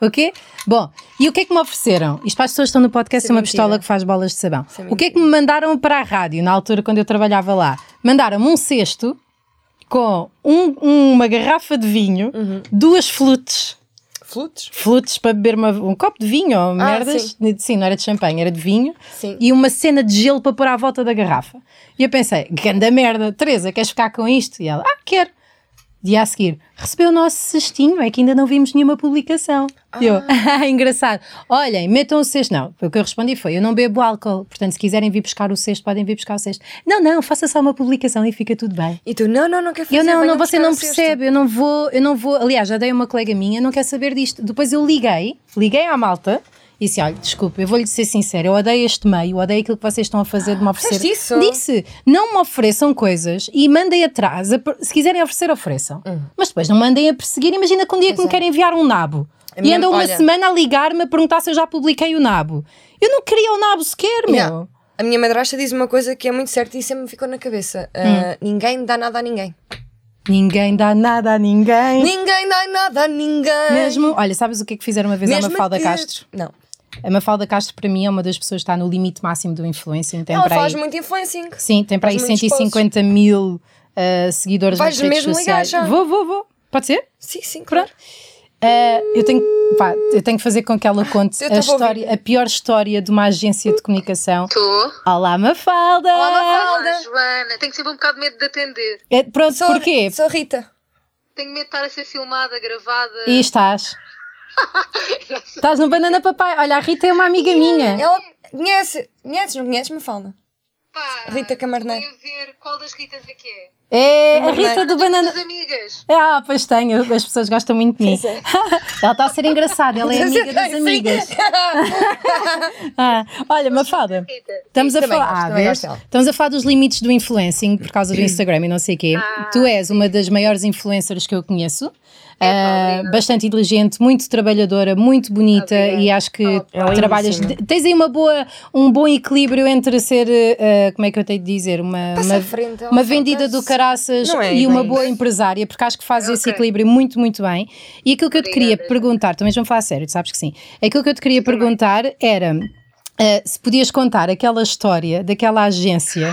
B: Ok? Bom, e o que é que me ofereceram? Isto para as pessoas que estão no podcast
A: Isso é
B: é uma
A: mentira.
B: pistola que faz bolas de sabão.
A: Isso é
B: o que é que me mandaram para a rádio na altura quando eu trabalhava lá? Mandaram-me um cesto com um- uma garrafa de vinho,
A: Uhum.
B: duas flutes
A: Flutes?
B: flutes para beber uma- um copo de vinho
A: Ah,
B: ou merdas. Sim. não era de champanhe, era de vinho.
A: Sim.
B: E uma cena de gelo para pôr à volta da garrafa. E eu pensei, ganda merda, Teresa, queres ficar com isto? E ela, ah, quero. Dia a seguir, recebeu o nosso cestinho, é que ainda não vimos nenhuma publicação. E eu, ah, engraçado. Olhem, metam o cesto. Não, o que eu respondi foi, eu não bebo álcool, portanto, se quiserem vir buscar o cesto, podem vir buscar o cesto. Não, não, faça só uma publicação e fica tudo bem.
A: E tu, não, não, não quero fazer
B: Eu não,
A: venham
B: não você
A: buscar
B: não
A: o cesto.
B: percebe, eu não vou, eu não vou. Aliás, já dei a uma colega minha, não quer saber disto. Depois eu liguei, liguei à malta e disse: olha, desculpa, eu vou-lhe ser sincera, eu odeio este meio, odeio aquilo que vocês estão a fazer de me oferecer.
A: Ah, Fizeste isso?
B: Disse: não me ofereçam coisas e mandem atrás. a per- Se quiserem oferecer, ofereçam.
A: Hum.
B: Mas depois não mandem a perseguir. Imagina que um dia que me querem enviar um nabo.
A: É
B: E
A: mesmo,
B: andam uma
A: é. olha.
B: semana a ligar-me a perguntar se eu já publiquei o nabo. Eu não queria o nabo sequer, meu.
A: Yeah. A minha madrasta diz uma coisa que é muito certa e sempre me ficou na cabeça: Ah,
B: Hum.
A: ninguém dá nada a ninguém.
B: Ninguém dá nada a ninguém.
A: Ninguém dá nada a ninguém.
B: Hum. Mesmo, olha, sabes o que é que fizeram uma vez à
A: Mesmo
B: Mafalda
A: que-
B: Castro?
A: Não.
B: A Mafalda Castro, para mim, é uma das pessoas que está no limite máximo do influencing. Tem
A: Ela
B: para aí,
A: faz muito influencing.
B: sim, tem para aí
A: faz muitos
B: 150 mil ah, seguidores
A: Vais
B: nas redes
A: mesmo ligar
B: sociais.
A: já?
B: Vou, vou, vou. Pode ser?
A: Sim, sim, claro.
B: Pronto. Ah, eu, tenho, pá, eu tenho que fazer com que ela conte
A: Eu
B: a,
A: tava a ouvir.
B: história, a pior história de uma agência de comunicação.
D: Estou.
B: Olá, Mafalda!
A: Olá, Mafalda.
D: Olá, Joana. Tenho sempre um bocado de medo de atender.
B: É, pronto,
A: Sou-
B: porquê?
A: Sou Rita.
D: Tenho medo de estar a ser filmada, gravada.
B: E estás? estás no Banana Papai. Olha, a Rita é uma amiga minha.
A: Ela conhece. Conheces, não conheces? Me fala.
D: Pá,
A: Rita
B: Né?
A: Camarneiro.
D: Tem a ver qual das Ritas é que é.
B: É a
A: Banana.
B: Rita do Banana...
D: As amigas.
B: Ah, pois tenho, as pessoas gostam muito de mim. ela está a ser engraçada, ela é amiga das
A: é. Sim.
B: amigas. Ah, olha, Mafalda,
D: Rita.
B: estamos a
A: Também
B: falar.
A: gosto,
B: Ah,
A: também
B: vês?
A: gosto dela.
B: Estamos a falar dos limites do influencing por causa do Instagram e não sei o quê.
A: Ah.
B: tu és uma das maiores influencers que eu conheço.
A: É
B: Ah, bastante inteligente, muito trabalhadora, muito bonita e acho que
A: Obrigada.
B: trabalhas.
A: Lindíssima.
B: Tens aí uma boa, um bom equilíbrio entre ser, ah, como é que eu tenho de dizer, uma,
A: Passa à
B: uma,
A: frente, ela
B: uma
A: só
B: vendida
A: passa-
B: do caraças
A: Não é
B: e uma
A: bem
B: boa empresária, porque acho que faz esse
D: Ok.
B: equilíbrio muito, muito bem. E aquilo que eu te queria
D: Obrigada.
B: perguntar, também vamos falar a sério, tu sabes que sim. Aquilo que eu te queria perguntar era eh, se podias contar aquela história daquela agência.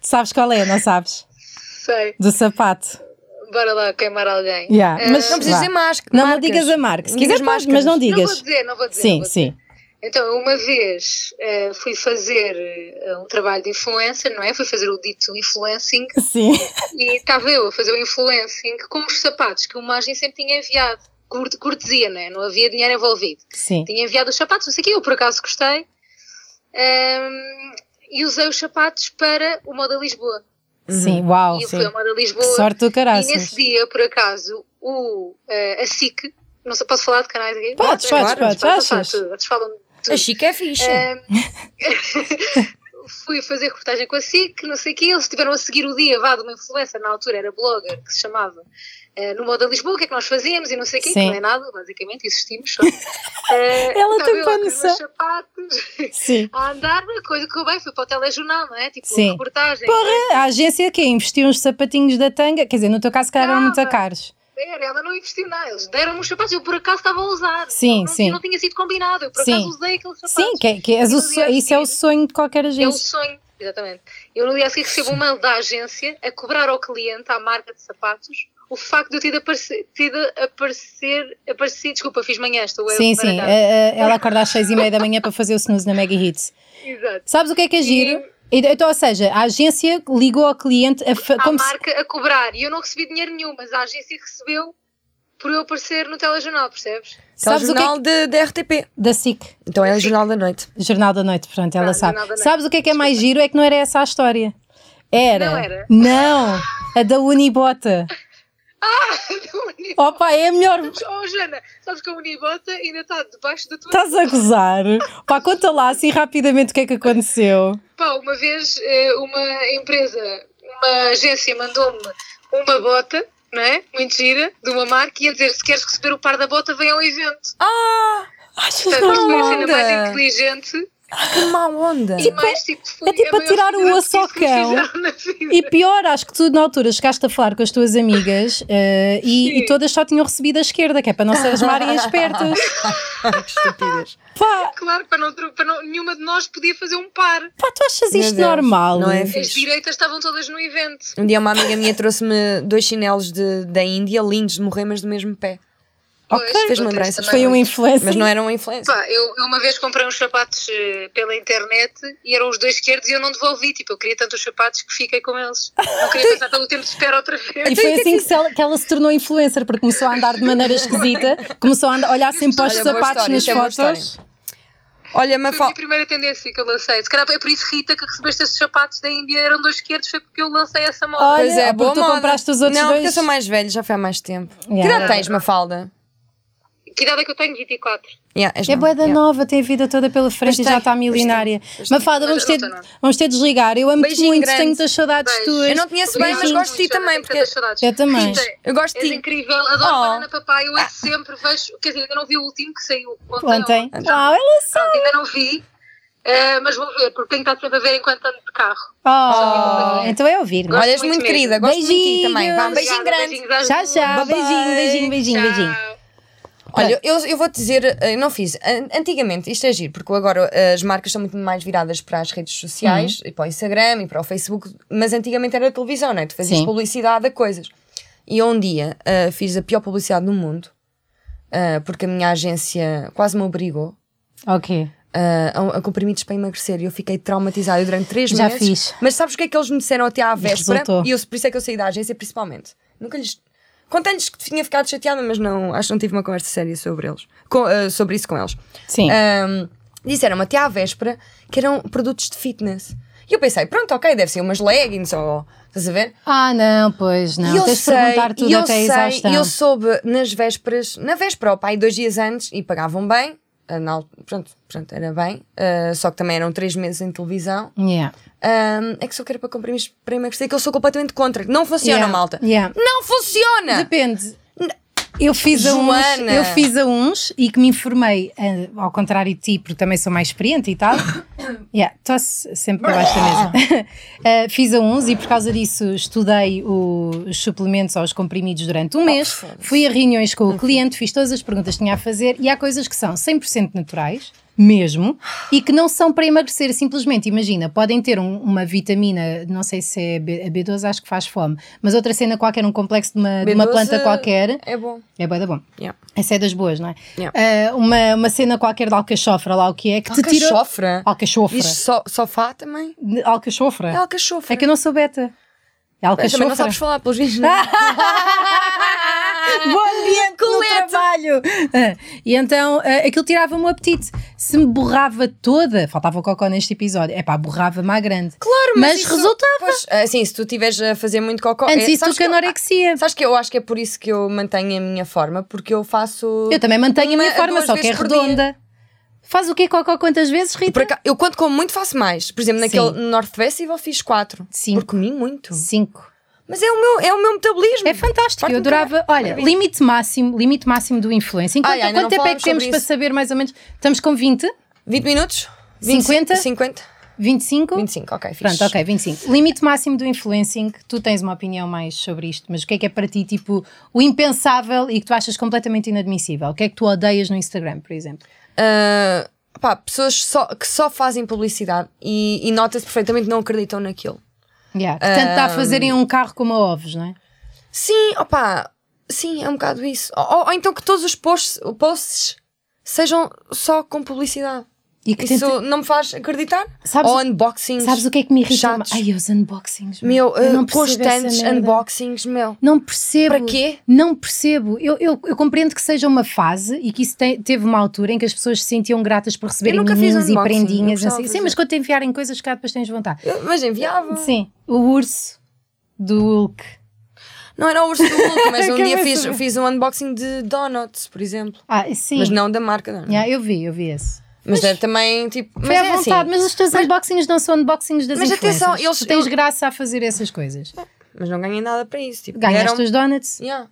B: Sabes qual é, não sabes?
D: Sei.
B: Do sapato.
D: Bora lá queimar alguém.
B: Yeah,
D: Ah,
B: mas-
A: Eh, Não precisas
B: Vá.
A: dizer máscara.
B: Não, não digas a marca. Se
A: Não digas
B: quiser, podes, mas
A: máscaras.
B: não
A: Não
D: não
B: digas.
D: vou dizer, não vou dizer. não
B: sim,
D: vou dizer.
B: sim.
D: Então, eu uma vez eh, fui fazer eh, um trabalho de influencer, não é? Fui fazer o dito influencing
B: Sim.
D: e estava eu a fazer o influencing com os sapatos que uma agência sempre tinha enviado. Cort- Cortesia, não é? Não havia dinheiro envolvido.
B: Sim.
D: tinha enviado os sapatos, não sei o quê, eu por acaso gostei. Ahm, e usei os sapatos para o Moda Lisboa.
B: Sim. Uau.
D: e eu
B: Oh, sim.
D: fui ao Moda Lisboa.
B: Que sorte do
D: e
B: caraças.
D: nesse dia, por acaso, o, eh, a SIC, não sei, posso falar de canais aqui?
B: Podes, podes,
D: Ah, claro,
B: podes,
D: posso falar
B: achas?
D: tudo, Eles falam de tudo.
A: A Chica é ficha.
D: Fui fazer reportagem com a SIC, não sei o quê, eles estiveram a seguir o dia, vá, de uma influencer, na altura era blogger, que se chamava, eh, no Moda Lisboa, o que é que nós fazíamos e não sei o quê, que
B: Sim.
D: não é nada, basicamente, existimos só. Eh,
B: Ela
D: estava
B: tem
D: eu
B: boa
D: com os meus
B: noção.
D: sapatos,
B: Sim.
D: a andar, a coisa que eu bem, fui para o telejornal, não é? Tipo,
B: Sim.
D: reportagem.
B: Porra, a agência que investiu uns sapatinhos da tanga, quer dizer, no teu caso, se calhar eram muito
D: Nada.
B: caros.
D: Era, ela não investiu nada, eles deram-me os sapatos, eu por acaso estava a usar.
B: Sim,
D: não,
B: sim.
D: Não tinha sido combinado, eu por
B: Sim.
D: acaso usei aqueles sapatos.
B: Sim, que, é- que é
D: E
B: o
D: no
B: so-
D: dia a
B: isso é o
D: seguir-
B: sonho de qualquer agência.
D: É o sonho, exatamente. Eu no dia a seguir recebo um mail da agência a cobrar ao cliente, à marca de sapatos, o facto de eu ter de aparecer, ter de aparecer, aparecer desculpa, fiz manhã, estou eu
B: Sim,
D: baralhada.
B: sim. eh, eh, ela acorda às seis e meia da manhã para fazer o snooze na Mega Hits.
D: Exato.
B: Sabes o que é que é giro? Então, ou seja, a agência ligou ao cliente a fa-
D: À
B: é como se-
D: marca a cobrar, e eu não recebi dinheiro nenhum, mas a agência recebeu por eu aparecer no telejornal, percebes?
A: É o
B: sabes o que é
A: jornal
B: que,
A: de, da RTP.
B: da SIC,
A: Então é o jornal da noite.
B: Jornal da Noite, pronto, ela
D: Ah,
B: sabe.
D: Jornal da Noite.
B: Sabes o que é que é mais giro? É que não era essa a história. Era.
D: Não era?
B: Não, a da Unibota. Opa, é a melhor.
D: Oh, Jana, sabes que a Unibota ainda está debaixo da tua
B: Estás a gozar. Pá, conta lá assim rapidamente o que é que aconteceu.
D: Pá, uma vez eh, uma empresa, uma agência mandou-me uma bota, não é? Muito gira, de uma marca, e a dizer se queres receber o par da bota, vem ao evento.
A: Ah!
B: Achas
D: Portanto, isto é a
B: uma
D: cena mais
A: onda.
D: inteligente
A: Que má onda.
D: e mais tipo. fui
B: é tipo a
D: a maior
B: tirar o
D: filha
B: osso ao
D: que me fizeram
B: cão.
D: na vida.
B: E pior, acho que tu na altura chegaste a falar com as tuas amigas eh, e, e todas só tinham recebido a esquerda, que é para não se asmarem as espertas.
A: que estúpidas.
B: Pá,
D: Claro, para não, para não- nenhuma de nós podia fazer um par.
B: pá, tu achas
A: Meu
B: isto
A: Deus,
B: normal?
A: Não é
D: As
A: fixe.
D: direitas estavam todas no evento.
A: Um dia uma amiga minha trouxe-me dois chinelos de, da Índia, lindos de morrer, mas do mesmo pé.
B: Ok.
D: Pois,
A: Fez-me
D: outras
A: lembrar isso.
D: também.
B: Foi um influencer.
A: Mas não era uma influência.
D: Pá, eu, eu uma vez comprei uns sapatos eh, pela internet e eram os dois esquerdos e eu não devolvi. Tipo, eu queria tanto os sapatos que fiquei com eles. Não queria passar pelo tempo de espera outra
B: E
D: vez.
B: foi assim que, se ela, que ela se tornou influencer, porque começou a andar de maneira esquisita, começou a andar- olhar sempre para os
A: Olha, boa
B: sapatos
A: história,
B: nas
A: isso é boa
B: fotos.
A: história. Olha,
D: Foi a minha
A: Mafalda.
D: primeira tendência que eu lancei. Se calhar é por isso, Rita, que recebeste esses sapatos da Índia eram dois esquerdos, foi porque eu lancei essa moda.
B: Olha,
A: Pois é,
B: porque
A: boa
B: tu
A: moda.
B: compraste os outros
A: Não,
B: dois.
A: porque eu sou mais velho, já foi há mais tempo.
B: Yeah.
A: Que idade tens, Mafalda?
D: Que idade é que eu tenho? 24.
A: Yeah, és
B: É
A: nova,
B: boa da
A: yeah.
B: nova, tem a vida toda pela
A: Pois
B: frente e
A: tem,
B: já está
A: pois
B: milionária.
A: tem, pois tem.
B: Mafalda, vamos ter,
D: Mas eu não tô,
B: vamos ter de desligar. Eu amo-te
A: Beijinho
B: muito,
A: grande.
B: tenho muitas saudades
D: Beijo.
B: tuas.
D: Eu
A: Eu não conheço bem, mas
B: Beijinhos.
A: gosto de ti também, porque
B: Eu também.
A: eu gosto
D: És
A: de ti.
D: incrível, adoro
A: Oh.
D: Banana Papai, eu ouço sempre vejo, quer dizer, ainda não vi o último que saiu ontem. ou
B: Ontem.
D: ontem.
B: Uau, ela sabe.
D: Pronto, ainda não vi, eh, mas vou ver, porque tenho que estar sempre a ver enquanto ando de carro.
B: Oh, então é ouvir. não é?
A: Olha, és
D: muito
A: muito
D: mesmo.
A: querida, gosto muito de ti também. Vá, um beijinho
D: Obrigada,
A: grande.
D: beijinhos às
B: Tchau,
D: duas.
B: tchau.
A: Bye-bye.
B: Beijinho, beijinho, beijinho, beijinho.
D: Tchau.
A: Olha, eu, eu vou te dizer, eh, não fiz. An- Antigamente, isto é giro, porque agora eh, as marcas são muito mais viradas para as redes sociais, e para o Instagram e para o Facebook, mas antigamente era a televisão, não é? Tu fazias
B: Sim.
A: publicidade a coisas. E eu um dia eh, fiz a pior publicidade do mundo, eh, porque a minha agência quase me obrigou
B: Ok.
A: eh, a, a comprimidos para emagrecer e eu fiquei traumatizada durante três
B: Já
A: meses.
B: fiz.
A: Mas sabes o que é que eles me disseram até à véspera?
B: Resultou.
A: E eu, por isso é que eu saí da agência, principalmente. Nunca lhes. Contei-lhes que tinha ficado chateada, mas não, acho que não tive uma conversa séria sobre eles. com- eh, sobre isso com eles.
B: Sim.
A: Ahm, Disseram-me até à véspera que eram produtos de fitness. E eu pensei, pronto, ok, deve ser umas leggings ou. Estás a ver?
B: Ah, não, pois não.
A: E eu
B: Tens de
A: sei,
B: perguntar tudo
A: e eu
B: até a
A: sei,
B: exaustão.
A: e eu soube nas vésperas, na véspera, o pai, dois dias antes, e pagavam bem, ah, na, al- pronto, pronto, era bem, ah, só que também eram três meses em televisão.
B: Yeah.
A: Ahm, é que só quero para comprimidos para emagrecer, é que eu sou completamente contra. Não funciona,
B: Yeah,
A: malta.
B: yeah.
A: Não funciona!
B: Depende. Eu fiz, a uns,
A: Joana.
B: eu fiz a uns e que me informei, eh, ao contrário de ti, porque também sou mais experiente e tal. yeah, tosse sempre para baixo da mesa. Eh, fiz a uns e por causa disso estudei o- os suplementos aos comprimidos durante um mês. Fui a reuniões com o cliente, fiz todas as perguntas que tinha a fazer e há coisas que são 100% naturais. Mesmo, e que não são para emagrecer, simplesmente, imagina, podem ter um- uma vitamina, não sei se é B, a B12, acho que faz fome, mas outra cena qualquer, um complexo de uma, de uma
A: B12
B: planta qualquer,
A: É bom.
B: é bué da bom.
A: Yeah.
B: Essa é das boas, não é?
A: Yeah.
B: Ah, uma, uma cena qualquer de alcachofra, lá o que é, que te tira...
A: Alcachofra.
B: Alcachofra.
A: Diz so, sofá também?
B: De- Alcachofra.
A: É alcachofra.
B: É que eu não sou beta. É
A: Mas
B: alcachofra.
A: também não sabes falar, pelos vistos. não.
B: Bom ambiente
A: Colete.
B: no trabalho! Ah, E então, ah, aquilo tirava-me o apetite. Se me borrava toda, faltava o cocó neste episódio, é pá, borrava-me à grande.
A: Claro, mas,
B: Mas
A: isso-
B: resultava.
A: Pois, assim, se tu estiveres a fazer muito cocó.
B: Antes
A: é,
B: isso do
A: sabes
B: que
A: eu-
B: anorexia.
A: Sabes que eu acho que é por isso que eu mantenho a minha forma, porque eu faço.
B: Eu também mantenho
A: uma
B: a minha forma,
A: duas
B: só que é
A: vezes por dia.
B: redonda. Faz o quê, cocó, quantas vezes, Rita?
A: Por acaso, eu quando como muito faço mais. Por exemplo, naquele
B: Sim.
A: North Festival fiz quatro.
B: Sim.
A: Porque comi muito.
B: Cinco.
A: Mas é o meu, é o meu metabolismo.
B: É fantástico,
A: Farto-me
B: eu adorava.
A: cara.
B: Olha, limite máximo, limite máximo do influencing.
A: Ai,
B: Quanto,
A: ainda
B: quanto
A: não
B: tempo é
A: falámos
B: que temos
A: sobre
B: para
A: isso.
B: saber mais ou menos? Estamos com 20,
A: 20 minutos?
B: 50?
A: 50?
B: 25?
A: 25, ok, fixe.
B: Pronto, ok, 25. Limite máximo do influencing, tu tens uma opinião mais sobre isto, mas o que é que é para ti, tipo, o impensável e que tu achas completamente inadmissível? O que é que tu odeias no Instagram, por exemplo?
A: Ah, pá, pessoas só- que só fazem publicidade e, e nota-se perfeitamente que não acreditam naquilo.
B: Yeah, que tanto está a fazerem um carro como a ovos, não é?
A: Sim, opá, sim, é um bocado isso. Ou, ou- ou então que todos os posts, posts sejam só com publicidade.
B: E É que
A: Isso
B: tenta-
A: não me faz acreditar?
B: Sabes
A: ou
B: o-
A: unboxings.
B: Sabes o que é que me irrita?
A: chatos.
B: Ai, os unboxings. meu.
A: Meu,
B: Eu não
A: eh,
B: percebo
A: constantes
B: essa merda.
A: unboxings, meu.
B: Não percebo.
A: Para quê?
B: Não percebo. Eu, eu, eu compreendo que seja uma fase e que isso te- teve uma altura em que as pessoas se sentiam gratas por receberem
A: nunca fiz
B: miminhos e
A: unboxing, eu
B: prendinhas.
A: gostava
B: Assim.
A: de
B: Sim,
A: fazer.
B: mas quando te enfiarem coisas, cá depois tens vontade.
A: Eu- Mas enviava.
B: Sim, o urso do Hulk.
A: Não era o urso do Hulk, mas um
B: Quem
A: dia
B: vai
A: fiz,
B: saber?
A: fiz um unboxing de donuts, por exemplo.
B: Ah, sim.
A: Mas não da marca Donuts.
B: Yeah, eu vi, eu vi esse.
A: Mas era também tipo. Mas
B: Foi à
A: é
B: vontade,
A: assim.
B: mas os teus unboxings não são unboxings das
A: Mas atenção,
B: influencers.
A: eles-
B: Tu tens
A: eu-
B: graça a fazer essas coisas.
A: Mas não ganhei nada para isso. Tipo,
B: Ganhaste
A: eram-
B: os donuts.
A: Yeah.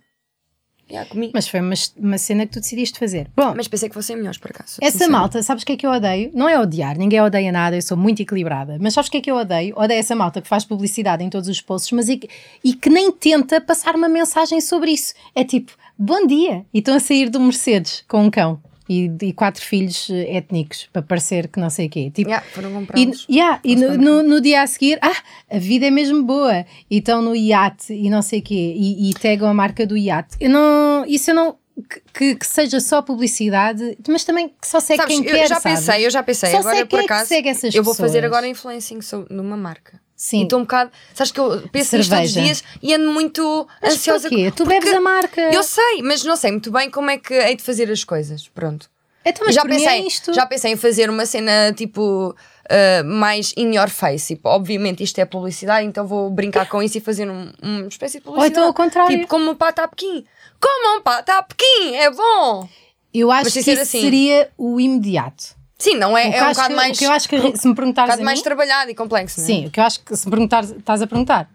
A: Yeah, comi. Mas,
B: Mas foi uma, uma cena que tu decidiste fazer. Bom,
A: pensei que fossem melhores, por acaso.
B: Essa
A: sincera.
B: malta, sabes o que é que eu odeio? Não é odiar, ninguém odeia nada, eu sou muito equilibrada. Mas sabes o que é que eu odeio? Odeio essa malta que faz publicidade em todos os posts mas e, que- e que nem tenta passar uma mensagem sobre isso. É tipo, bom dia, e estão a sair do Mercedes com um cão e, e quatro filhos eh, étnicos, para parecer que não sei o quê. Tipo,
A: Yeah, foram
B: e,
A: comprá-los.
B: yeah, e no,
A: Eles
B: no- no dia a seguir, ah, a vida é mesmo boa. E estão no iate e não sei o quê, e, e tagam a marca do iate. Eu não, isso eu não. Que, que- que seja só publicidade, mas também que só segue
A: Sabes,
B: é quem
A: eu
B: quer.
A: já
B: sabes?
A: pensei, eu já pensei.
B: Só
A: agora,
B: sei
A: por
B: quem é que
A: acaso,
B: segue essas
A: eu vou fazer
B: pessoa.
A: agora influencing sobre- numa marca. E
B: Sim.
A: estou um bocado. Sabes que eu penso nisto todos os
B: Cerveja.
A: dias e ando muito
B: Mas
A: ansiosa.
B: porquê? Tu
A: porque
B: bebes a marca.
A: Eu sei, mas não sei muito bem como é que hei de fazer as coisas. Pronto.
B: então, mas
A: já,
B: por mim
A: pensei,
B: é isto.
A: já pensei em fazer uma cena tipo uh, mais in your face. Tipo, obviamente isto é publicidade, então vou brincar com isso e fazer um- uma espécie de
B: Ou
A: publicidade.
B: então ao contrário.
A: Tipo, como um pato a pequim. Como um pato a pequim, é bom.
B: eu acho
A: mas tem
B: que
A: que ser
B: isso
A: assim.
B: seria o imediato.
A: Sim, não é,
B: O que
A: é um
B: acho
A: bocado
B: que-
A: mais,
B: O que eu acho que se me
A: um
B: perguntares.
A: bocado
B: a
A: mais
B: mim-
A: trabalhado e complexo, não é?
B: Sim, o que eu acho que se me perguntares, estás a perguntar.